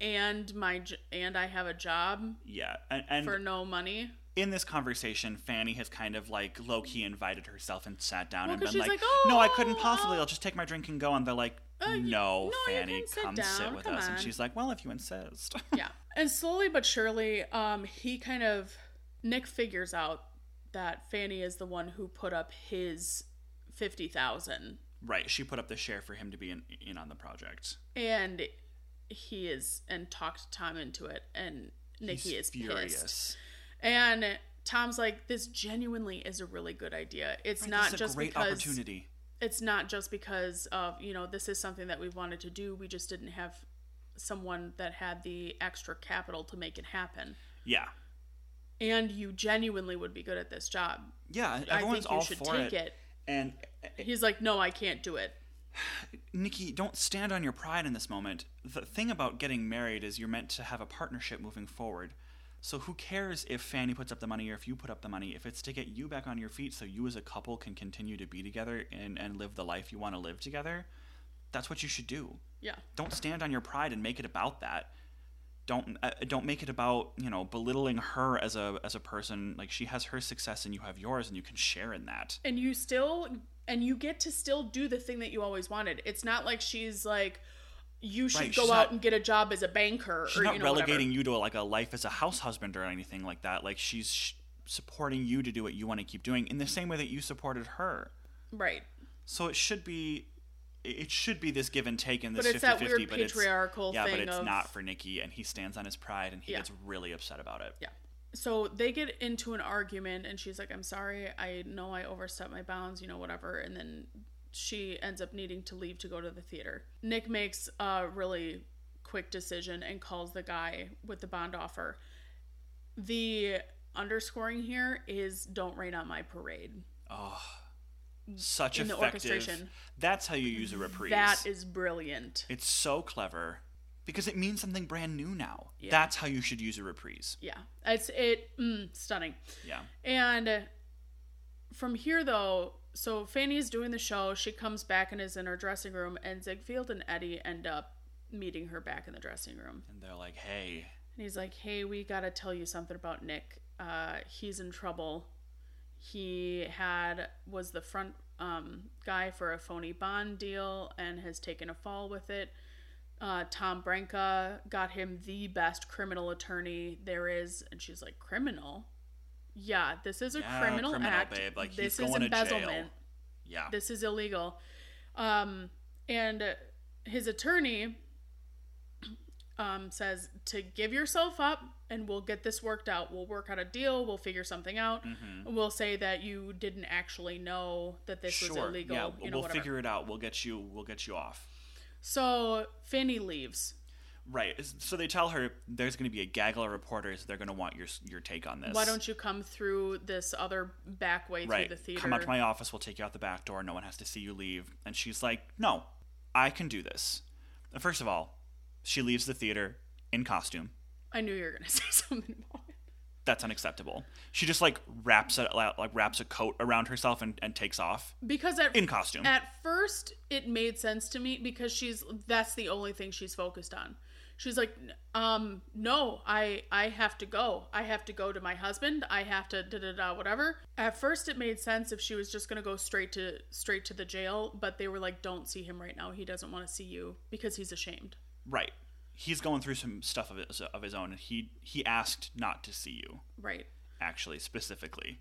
and my, j- and I have a job Yeah, and, and for no money. in this conversation, Fanny has kind of like low key invited herself and sat down Well, and 'cause been she's like, like, "Oh, "No, I couldn't possibly. uh, I'll just take my drink and go." And they're like, uh, you- "No, no, you Fanny, can sit come down, sit with come us." on. And she's like, "Well, if you insist." (laughs) yeah. And slowly but surely, um, he kind of, Nick figures out that Fanny is the one who put up his 50,000 right, she put up the share for him to be in, in on the project. and he is and talked Tom into it, and Nikki is He's pissed. And Tom's like, "This genuinely is a really good idea. It's Right, not this is just a great because opportunity. it's not just because of you know this is something that we've wanted to do. We just didn't have someone that had the extra capital to make it happen. Yeah, And you genuinely would be good at this job. yeah. Everyone's I think you all should for take it. it. And uh, He's like, "No, I can't do it." Nikki, don't stand on your pride in this moment. The thing about getting married is you're meant to have a partnership moving forward. So who cares if Fanny puts up the money or if you put up the money? If it's to get you back on your feet so you as a couple can continue to be together and, and live the life you want to live together, that's what you should do. Yeah. Don't stand on your pride and make it about that. Don't uh, don't make it about you know belittling her as a as a person. Like she has her success and you have yours, and you can share in that. and you still and you get to still do the thing that you always wanted. It's not like she's like you should Right, go out she's not- and get a job as a banker she's or not you know relegating whatever. you to like a life as a house husband or anything like that. Like she's sh- supporting you to do what you want to keep doing in the same way that you supported her. right. So it should be, it should be this give and take and this But it's 50 that 50, weird but patriarchal it's, yeah, thing but it's of- not for Nikki, and he stands on his pride and he Yeah. gets really upset about it. Yeah. So they get into an argument and she's like I'm sorry, I know I overstepped my bounds, you know whatever and then she ends up needing to leave to go to the theater. Nick makes a really quick decision and calls the guy with the bond offer. The underscoring here is don't rain on my parade. Oh, such In the effective. orchestration. That's how you use a reprise. That is brilliant. it's so clever because it means something brand new now. Yeah. That's how you should use a reprise. Yeah, it's it mm, stunning. Yeah. And uh, from here though, so Fanny's doing the show. She comes back and is in her dressing room, and Ziegfeld and Eddie end up meeting her back in the dressing room. And they're like, hey, And he's like, "Hey, we gotta tell you something about Nick. Uh, he's in trouble. He had was the front um, guy for a phony bond deal and has taken a fall with it. Uh, Tom Branca got him the best criminal attorney there is." And she's like, "Criminal? Yeah, this is a Yeah, criminal, criminal, act. babe. Like, he's this is going to jail. embezzlement. yeah. This is illegal." Um, and uh, his attorney um, says to give yourself up and we'll get this worked out. We'll work out a deal. We'll figure something out. Mhm. We'll say that you didn't actually know that this was illegal. Yeah, you know, we'll whatever. figure it out. We'll get you. We'll get you off. So Fanny leaves. Right. So they tell her there's going to be a gaggle of reporters. They're going to want your your take on this. Why don't you come through this other back way right? through the theater? Come out to my office. We'll take you out the back door. No one has to see you leave. And she's like, No, I can do this. First of all, she leaves the theater in costume. I knew you were going to (laughs) say something about it. That's unacceptable. She just like wraps a like wraps a coat around herself and, and takes off Because at, in costume. at first it made sense to me because she's that's the only thing she's focused on she's like "N- um no i i have to go i have to go to my husband i have to da da da whatever at first it made sense if she was just gonna go straight to straight to the jail but they were like don't see him right now he doesn't want to see you because he's ashamed right. he's going through some stuff of his, of his own, and he he asked not to see you Right. actually specifically,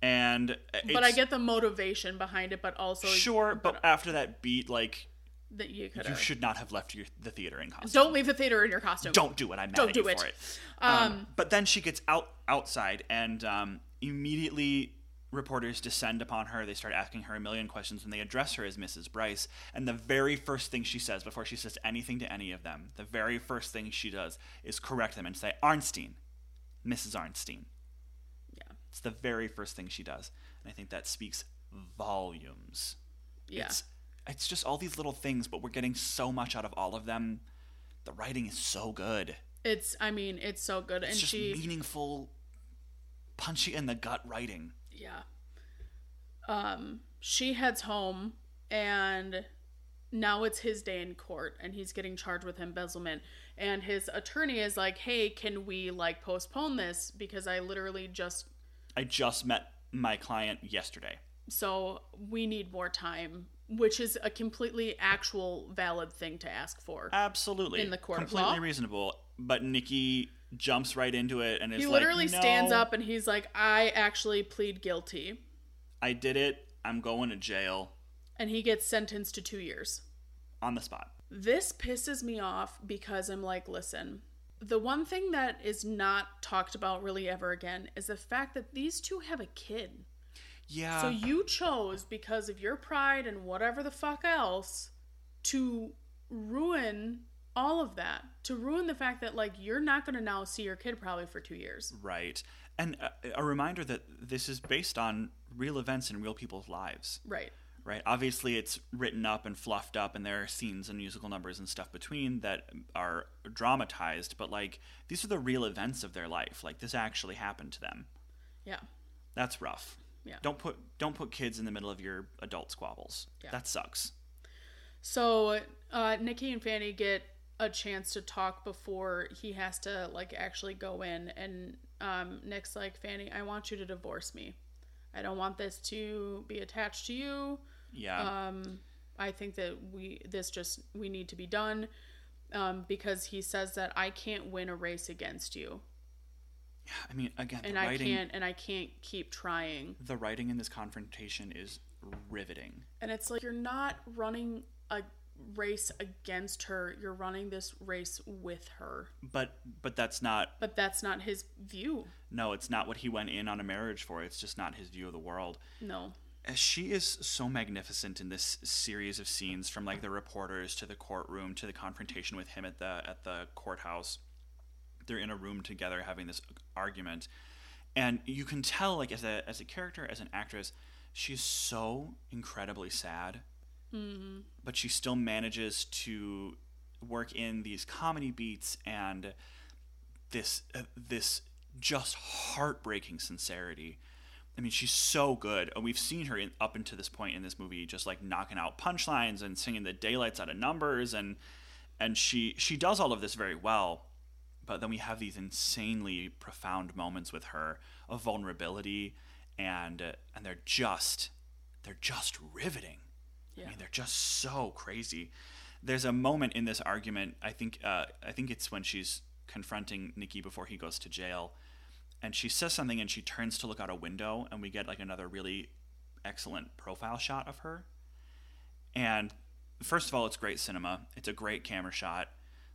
and uh, it's, but I get the motivation behind it, but uh, also sure, but, after that beat, like that you could you have. should not have left your, the theater in costume. Don't leave the theater in your costume. Don't do it. I'm mad Don't at you do it. for it. Um, Um, but then she gets out outside, and um, immediately reporters descend upon her. They start asking her a million questions, and they address her as Mrs. Bryce. And the very first thing she says, before she says anything to any of them, the very first thing she does is correct them and say, "Arnstein, Mrs. Arnstein." Yeah. It's the very first thing she does, and I think that speaks volumes. Yeah. It's it's just all these little things, but we're getting so much out of all of them. The writing is so good It's. I mean, it's so good, and it's just she. meaningful, punchy in the gut writing. Yeah. Um, she heads home, and now it's his day in court, and he's getting charged with embezzlement. And his attorney is like, "Hey, can we like postpone this? Because I literally just I just met my client yesterday. so we need more time." Which is a completely actual valid thing to ask for. Absolutely, In the court of completely law? reasonable. But Nikki jumps right into it and is He like, literally stands "No, up and he's like, I actually plead guilty. I did it. I'm going to jail And he gets sentenced to two years. on the spot. This pisses me off because I'm like, listen, the one thing that is not talked about really ever again is the fact that these two have a kid. Yeah, So you chose because of your pride and whatever the fuck else to ruin all of that. To ruin the fact that like you're not going to now see your kid probably for 2 years. right. And a, a reminder that this is based on real events in real people's lives. Right. right? Obviously, it's written up and fluffed up, and there are scenes and musical numbers and stuff between that are dramatized, but like these are the real events of their life. Like this actually happened to them. Yeah. That's rough. Yeah. Don't put don't put kids in the middle of your adult squabbles. Yeah. That sucks. So uh, Nikki and Fanny get a chance to talk before he has to like actually go in, and um, Nick's like, "Fanny, I want you to divorce me. I don't want this to be attached to you. Yeah. Um, I think that we this just we need to be done." Um, because he says that I can't win a race against you, I mean, again, the and I writing can't, and I can't keep trying. the writing in this confrontation is riveting. And it's like you're not running a race against her; you're running this race with her. But but that's not But that's not his view. no, it's not what he went in on a marriage for. It's just not his view of the world. No. As she is so magnificent in this series of scenes from like the reporters to the courtroom to the confrontation with him at the at the courthouse they're in a room together having this argument and you can tell like as a as a character as an actress she's so incredibly sad but she still manages to work in these comedy beats and this uh, this just heartbreaking sincerity. I mean, she's so good, and we've seen her in, up until this point in this movie, just like knocking out punchlines and singing the daylights out of numbers, and and she she does all of this very well. But then we have these insanely profound moments with her of vulnerability, and uh, and they're just they're just riveting. Yeah. I mean, they're just so crazy. There's a moment in this argument. I think uh, I think it's when she's confronting Nikki before he goes to jail, and she says something, and she turns to look out a window, and we get like another really excellent profile shot of her. And first of all, it's great cinema. It's a great camera shot.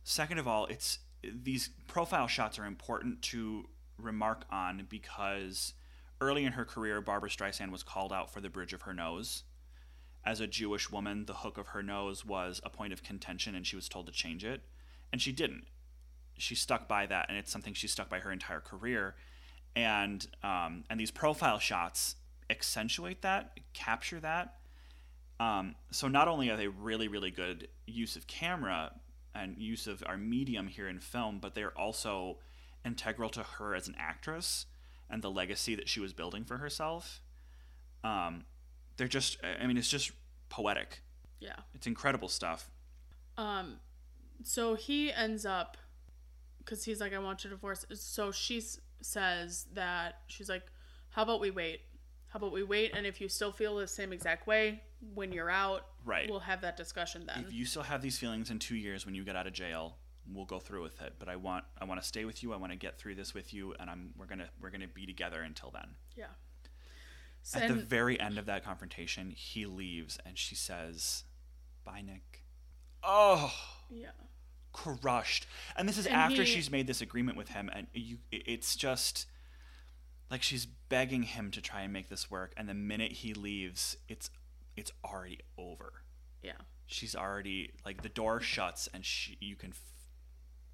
Second of all, it's these profile shots are important to remark on because early in her career, Barbara Streisand was called out for the bridge of her nose as a Jewish woman, the hook of her nose was a point of contention and she was told to change it. And she didn't. She stuck by that, and it's something she stuck by her entire career. And um, and these profile shots accentuate that, capture that. Um, so not only are they really, really good use of camera and use of our medium here in film, but they're also integral to her as an actress and the legacy that she was building for herself. Um, they're just i mean it's just poetic Yeah. it's incredible stuff Um so he ends up cuz he's like I want to divorce. So she s- says that she's like how about we wait? How about we wait and if you still feel the same exact way when you're out, right we'll have that discussion then. if you still have these feelings in two years when you get out of jail we'll go through with it. But I want I want to stay with you. I want to get through this with you, and I'm we're gonna we're gonna be together until then. Yeah. So, At the and very end of that confrontation, he leaves, and she says, "Bye, Nick." Oh, yeah. crushed. And this is And after he- she's made this agreement with him, and you i- it's just like she's begging him to try and make this work. And the minute he leaves, it's it's already over. Yeah. she's already like the door shuts and she you can f-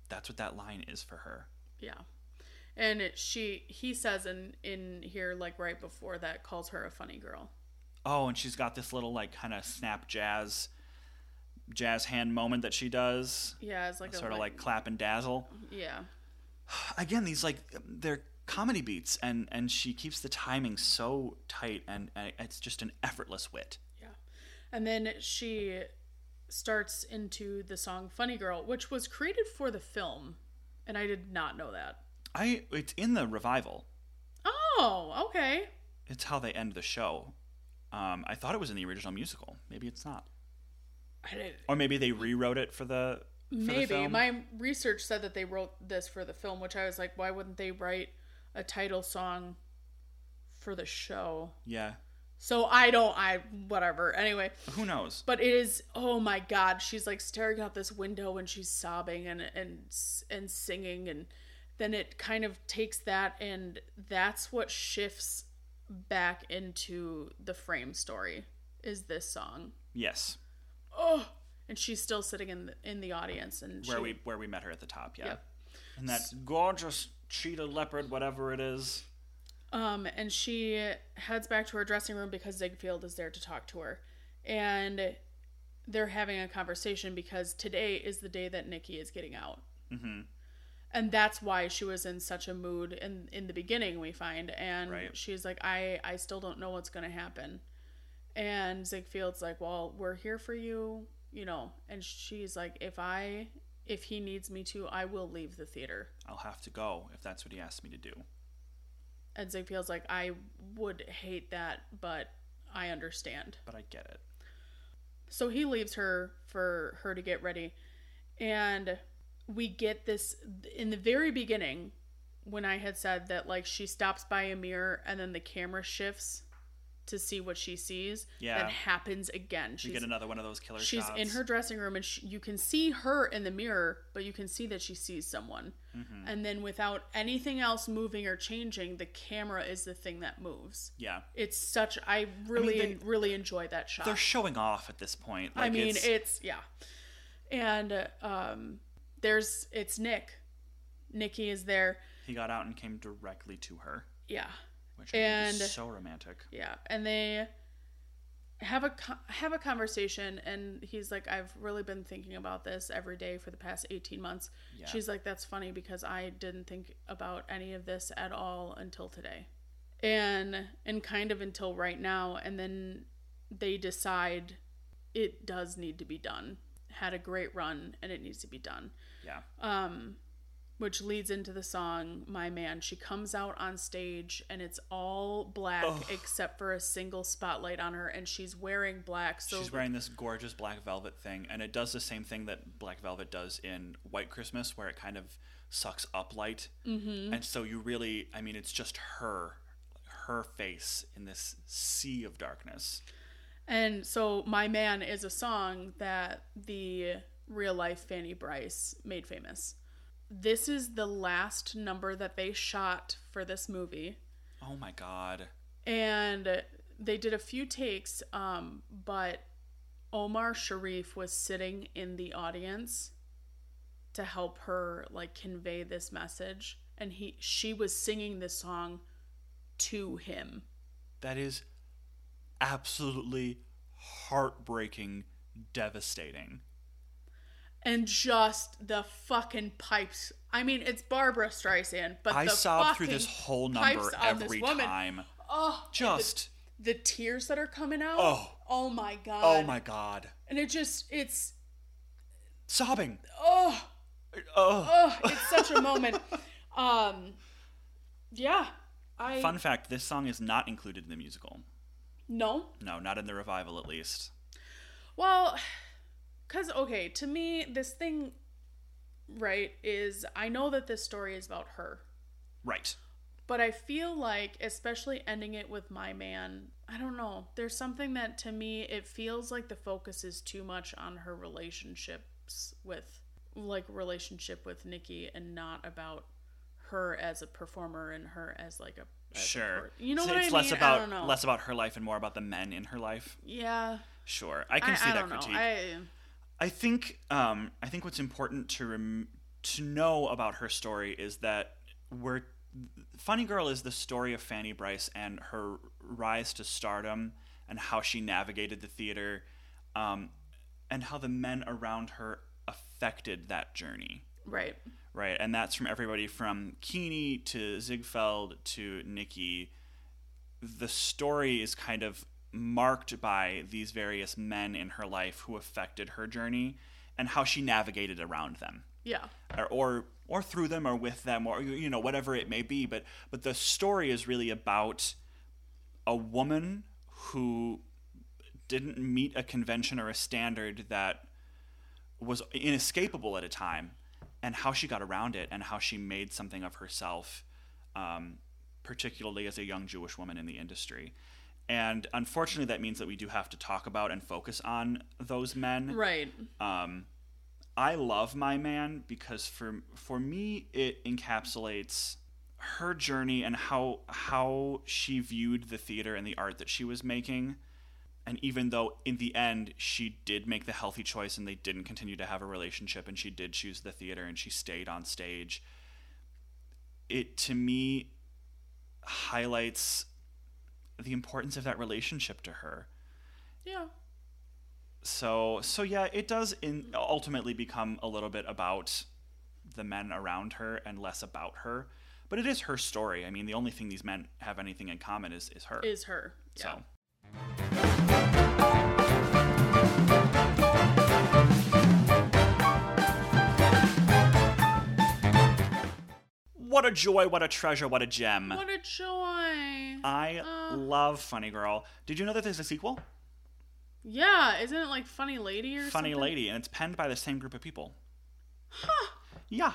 that's what that line is for her Yeah. And it, she he says in in here like right before that calls her a funny girl. oh and she's got this little like kind of snap jazz jazz hand moment that she does Yeah, it's like a sort of like clap and dazzle yeah. again these like they're comedy beats and and she keeps the timing so tight and, and it's just an effortless wit Yeah. And then she starts into the song Funny Girl, which was created for the film. And I did not know that. i it's in the revival Oh, okay. it's how they end the show um i thought it was in the original musical maybe it's not I did or maybe they rewrote it for the for the Maybe. film. My research said that they wrote this for the film, which I was like, why wouldn't they write a title song for the show? yeah So I don't, I, whatever. Anyway, Who knows? But it is oh my god, she's like staring out this window and she's sobbing and and and singing and then it kind of takes that and that's what shifts back into the frame story is this song. Yes, Oh, and she's still sitting in the, in the audience and where she, we where we met her at the top, yeah. Yep. And that gorgeous cheetah leopard, whatever it is. Um, and she heads back to her dressing room because Ziegfeld is there to talk to her. And they're having a conversation because today is the day that Nikki is getting out. Mhm. And that's why she was in such a mood in, in the beginning, we find. And Right. she's like, I, I still don't know what's going to happen. And Ziegfeld's like, Well, we're here for you, you know. And she's like, If I, if he needs me to, I will leave the theater. I'll have to go if that's what he asked me to do. And Ziegfeld's like, I would hate that, but I understand. But I get it. So he leaves her for her to get ready. And we get this in the very beginning when I had said that, like, she stops by a mirror and then the camera shifts to see what she sees. Yeah. That happens again. We She's, get another one of those killer she's shots. in her dressing room and she, you can see her in the mirror, but you can see that she sees someone. Mhm. And then without anything else moving or changing, the camera is the thing that moves. Yeah, It's such I really they- really enjoy that shot. they're showing off at this point. Like, I mean, it's, it's, yeah. And uh, um there's it's Nick. Nikki is there. he got out and came directly to her, Yeah. which I think And- is so romantic. Yeah. And they have a co- have a conversation and he's like I've really been thinking about this every day for the past 18 months. Yeah. She's like that's funny because I didn't think about any of this at all until today. And and kind of until right now and then they decide it does need to be done. Had a great run and it needs to be done. yeah, um, which leads into the song "My Man." She comes out on stage and it's all black Ugh. except for a single spotlight on her, and she's wearing black. So she's wearing this gorgeous black velvet thing, and it does the same thing that Black Velvet does in White Christmas, where it kind of sucks up light Mhm. and so you really i mean it's just her her face in this sea of darkness And so "My Man" is a song that the real life Fanny Bryce made famous. This is the last number that they shot for this movie. oh my god and they did a few takes um but Omar Sharif was sitting in the audience to help her like convey this message and he she was singing this song to him that is absolutely heartbreaking devastating and just the fucking pipes I mean it's Barbara Streisand but i the sobbed through fucking- this whole pipes number on this every woman. time oh just the tears that are coming out Oh. oh my god oh my god and it just it's sobbing oh oh oh, it's such a moment. Um, yeah, I fun fact this song is not included in the musical no. no not in the revival at least Well, cause okay, to me, this thing right, is I know that this story is about her, Right. but I feel like, especially ending it with my man, I don't know. There's something that to me, it feels like the focus is too much on her relationships with, like, relationship with Nikki and not about her as a performer and her as, like, a. as a Sure. per- you know So what it's I mean? less about I don't know. less about her life and more about the men in her life. yeah. Sure. I I can see I that don't know. critique. I, I think um, I think what's important to rem- to know about her story is that we're Funny Girl is the story of Fanny Bryce and her rise to stardom and how she navigated the theater, um, and how the men around her affected that journey. right. Right, and that's from everybody from Keeney to Ziegfeld to Nikki. The story is kind of marked by these various men in her life who affected her journey and how she navigated around them, Yeah. or or, or through them, or with them, or you know whatever it may be. But but the story is really about a woman who didn't meet a convention or a standard that was inescapable at a time and how she got around it and how she made something of herself um, particularly as a young jewish woman in the industry and unfortunately that means that we do have to talk about and focus on those men Right. um, I love My Man because for for me it encapsulates her journey and how how she viewed the theater and the art that she was making. And even though in the end she did make the healthy choice and they didn't continue to have a relationship and she did choose the theater and she stayed on stage, it to me highlights the importance of that relationship to her Yeah. so so yeah it does in ultimately become a little bit about the men around her and less about her but it is her story i mean the only thing these men have anything in common is is her Is her. so Yeah. what a joy what a treasure what a gem What a joy. i Uh. love funny girl did you know that there's a sequel yeah. Isn't it like Funny Lady or funny something? lady and it's penned by the same group of people yeah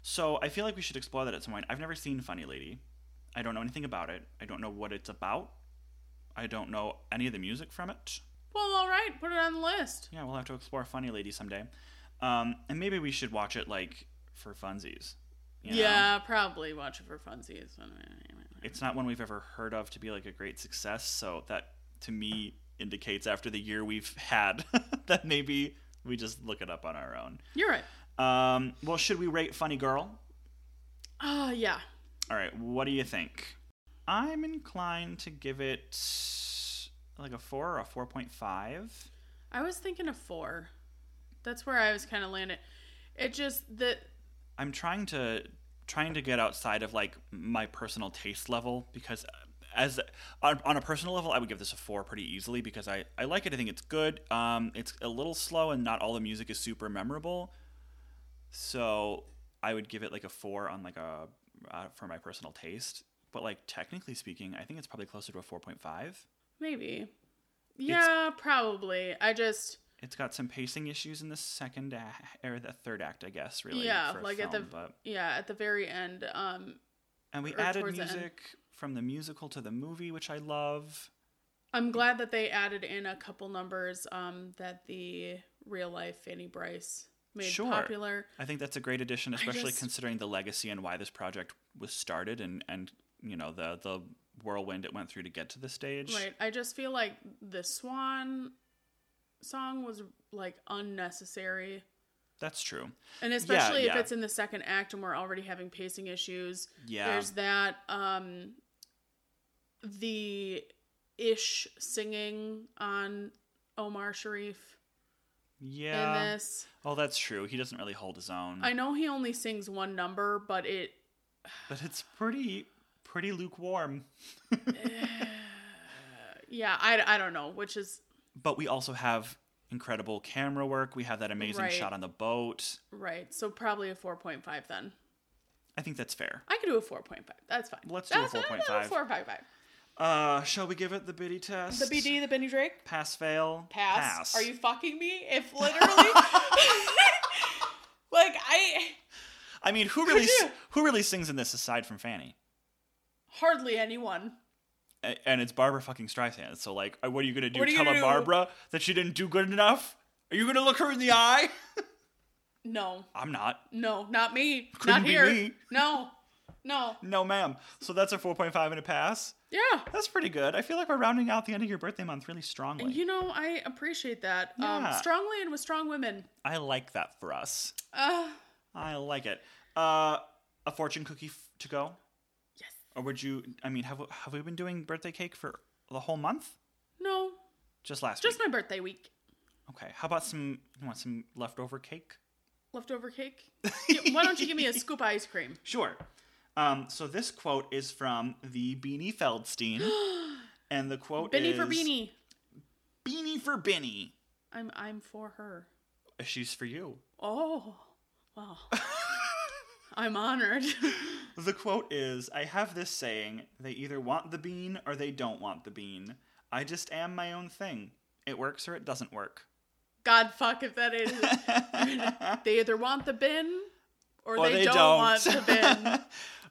so i feel like we should explore that at some point i've never seen funny lady i don't know anything about it i don't know what it's about i don't know any of the music from it Well, all right. Put it on the list. yeah we'll have to explore funny lady someday um, and maybe we should watch it like for funsies you know? Yeah, probably watch it for funsies. it's not one we've ever heard of to be like a great success so that to me indicates after the year we've had (laughs) that maybe we just look it up on our own You're right. Um, well, should we rate Funny Girl? Ah, yeah. All right, what do you think? I'm inclined to give it like a 4 or a 4.5. I was thinking of four. That's where I was kind of landed. It just that I'm trying to trying to get outside of like my personal taste level because uh, as on, on a personal level I would give this a 4 pretty easily because I I like it. I think it's good. Um it's a little slow and not all the music is super memorable. So, I would give it like a 4 on like a uh, for my personal taste, but like technically speaking, I think it's probably closer to a 4.5. maybe. Yeah, probably. I just It's got some pacing issues in the second act, or the third act, I guess. Really, Yeah, for a like at film, the- but, yeah at the very end. Um, and we or added towards the end. music from the musical to the movie, which I love. I'm glad that they added in a couple numbers. Um, that the real life Fanny Bryce made Sure. popular. I think that's a great addition, especially just- considering the legacy and why this project was started, and and you know the the whirlwind it went through to get to the stage. Right. I just feel like the Swan song was like unnecessary. That's true. And especially yeah. if it's in the second act and we're already having pacing issues. Yeah. There's that um the ish singing on Omar Sharif in yeah. Hmm. this. Oh, that's true. He doesn't really hold his own, I know he only sings one number, but it but it's pretty pretty lukewarm. yeah, I, I don't know, which is But we also have incredible camera work. We have that amazing Right. shot on the boat. right. So probably a 4.5 then. I think that's fair. I could do a 4.5. That's fine. Let's do a That's- uh, 4.5. 4.5. Uh, shall we give it the biddy test? The BD, the Benny Drake. Pass fail. (laughs) Pass. Are you fucking me? If literally (laughs) Like I I mean, who really s- you? who really sings in this aside from Fanny? hardly anyone. A- And it's Barbara fucking Streisand. So like, uh, what are you gonna do? What are you Tell gonna a do? Barbara that she didn't do good enough? Are you gonna look her in the eye? No, I'm not. no, not me. Couldn't not be here. me. No, no. No, ma'am. So that's a 4.5 and a pass. Yeah. That's pretty good. I feel like we're rounding out the end of your birthday month really strongly. You know, I appreciate that. Um, Yeah. strongly and with strong women. I like that for us. Uh, I like it. Uh, a fortune cookie f- to go, yes. or would you? I mean, have we- have we been doing birthday cake for the whole month? No, Just last just week. my birthday week. okay. How about some? You want some leftover cake? Leftover cake. (laughs) Y- Why don't you give me a scoop of ice cream? Sure. Um, so this quote is from the Beanie Feldstein, (gasps) and the quote Benny is for beanie. Beanie for Benny. Uh, I'm I'm for her. She's for you. (laughs) Oh, wow. I'm honored. (laughs) The quote is I have this saying they either want the bean or they don't want the bean. I just am my own thing. It works or it doesn't work. God fuck if that is. They either want the bin or, (laughs) Or they, don't, want (laughs) the bin.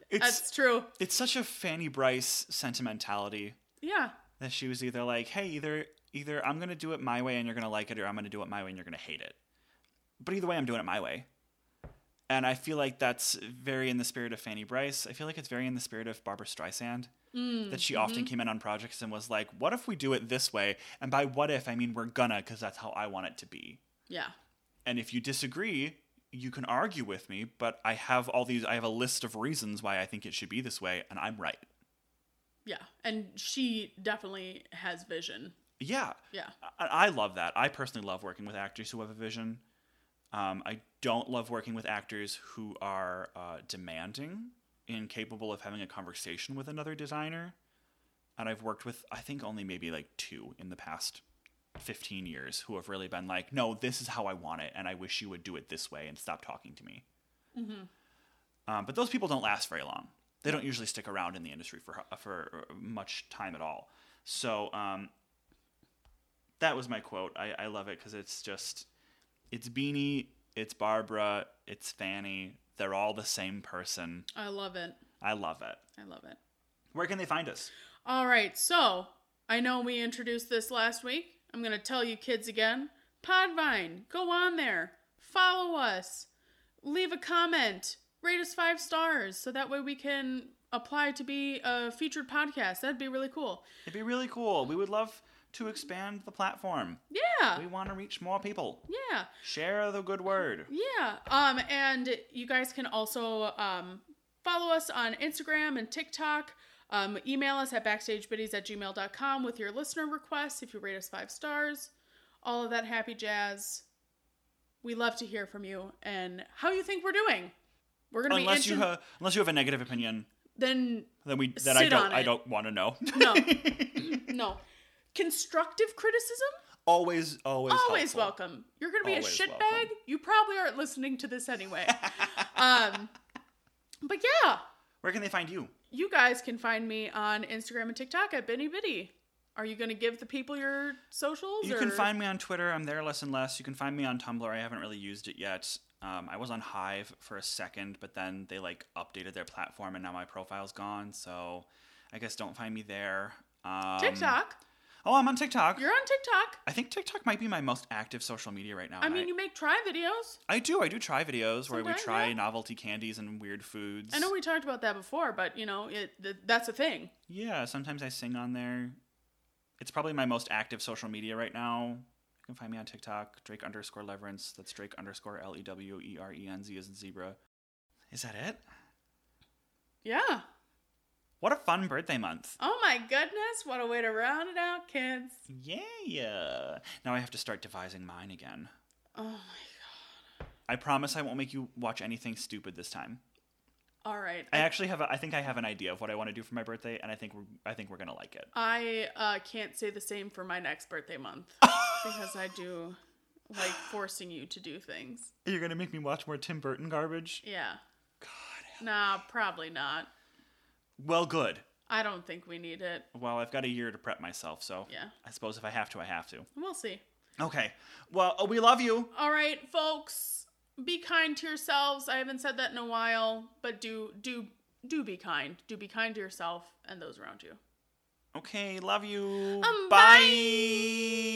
it's That's true. it's such a Fanny Bryce sentimentality Yeah. that she was either like, hey, either either I'm gonna do it my way and you're gonna like it, or I'm gonna do it my way and you're gonna hate it. But either way, I'm doing it my way. And I feel like that's very in the spirit of Fanny Bryce. I feel like it's very in the spirit of Barbara Streisand. Mm-hmm. that she often came in on projects and was like, what if we do it this way? And by what if, I mean we're gonna, because that's how I want it to be. Yeah. And if you disagree, you can argue with me, but I have all these, I have a list of reasons why I think it should be this way, and I'm right. Yeah. And she definitely has vision. Yeah, Yeah. I, I love that. I personally love working with actors who have a vision. Um, I don't love working with actors who are uh, demanding, incapable of having a conversation with another designer. And I've worked with, I think, only maybe like two in the past 15 years who have really been like, no, this is how I want it. And I wish you would do it this way and stop talking to me. Mm-hmm. Um, but those people don't last very long. They don't usually stick around in the industry for, for uh, much time at all. So um, that was my quote. I, I love it because it's just, it's Beanie, it's Barbara, it's Fanny. They're all the same person. I love it. I love it. I love it. Where can they find us? All right, so I know we introduced this last week. I'm going to tell you kids again. Podvine, go on there, follow us, leave a comment, rate us five stars so that way we can apply to be a featured podcast. That'd be really cool. It'd be really cool. We would love to expand the platform. Yeah, We want to reach more people. yeah, Share the good word. yeah. Um, and you guys can also um, follow us on Instagram and TikTok. Um, email us at backstagebiddies at gmail.com with your listener requests if you rate us five stars. All of that happy jazz. We love to hear from you and how you think we're doing. We're gonna Unless be you inter- have, unless you have a negative opinion, then then we that I Sit don't on I it. don't want to know. (laughs) no, no. Constructive criticism always, always, always helpful. welcome. You're gonna be Always a welcome. shitbag. You probably aren't listening to this (laughs) anyway. um, but yeah, Where can they find you? you guys can find me on Instagram and TikTok at Benny Biddy. Are you going to give the people your socials? You or? can find me on Twitter. I'm there less and less. You can find me on Tumblr. I haven't really used it yet. Um, I was on Hive for a second, but then they like updated their platform, and now my profile's gone. So I guess don't find me there. Um, TikTok. Oh, I'm on TikTok. You're on TikTok. I think TikTok might be my most active social media right now. I and mean, you make try videos. I do. I do try videos where we Sometimes, try yeah. novelty candies and weird foods. I know we talked about that before, but you know, it th- that's a thing. Yeah, sometimes I sing on there. It's probably my most active social media right now. You can find me on TikTok, Drake underscore Leverance. That's Drake underscore L E W E R E N Z as in zebra. Is that it? Yeah. What a fun birthday month. Oh my goodness, what a way to round it out, kids. Yeah. Now I have to start devising mine again. Oh my god. I promise I won't make you watch anything stupid this time. All right. I actually have a, I think I have an idea of what I want to do for my birthday and I think we're I think we're going to like it. I uh, can't say the same for my next birthday (laughs) month because I do like forcing you to do things. You're going to make me watch more Tim Burton garbage? Yeah. God. Nah, probably not. Well, good. I don't think we need it. Well, I've got a year to prep myself, so Yeah. I suppose if I have to, I have to. We'll see. Okay. Well, uh, we love you. All right, folks. be kind to yourselves. I haven't said that in a while, but do do do be kind. Do be kind to yourself and those around you. Okay, love you. Um, bye.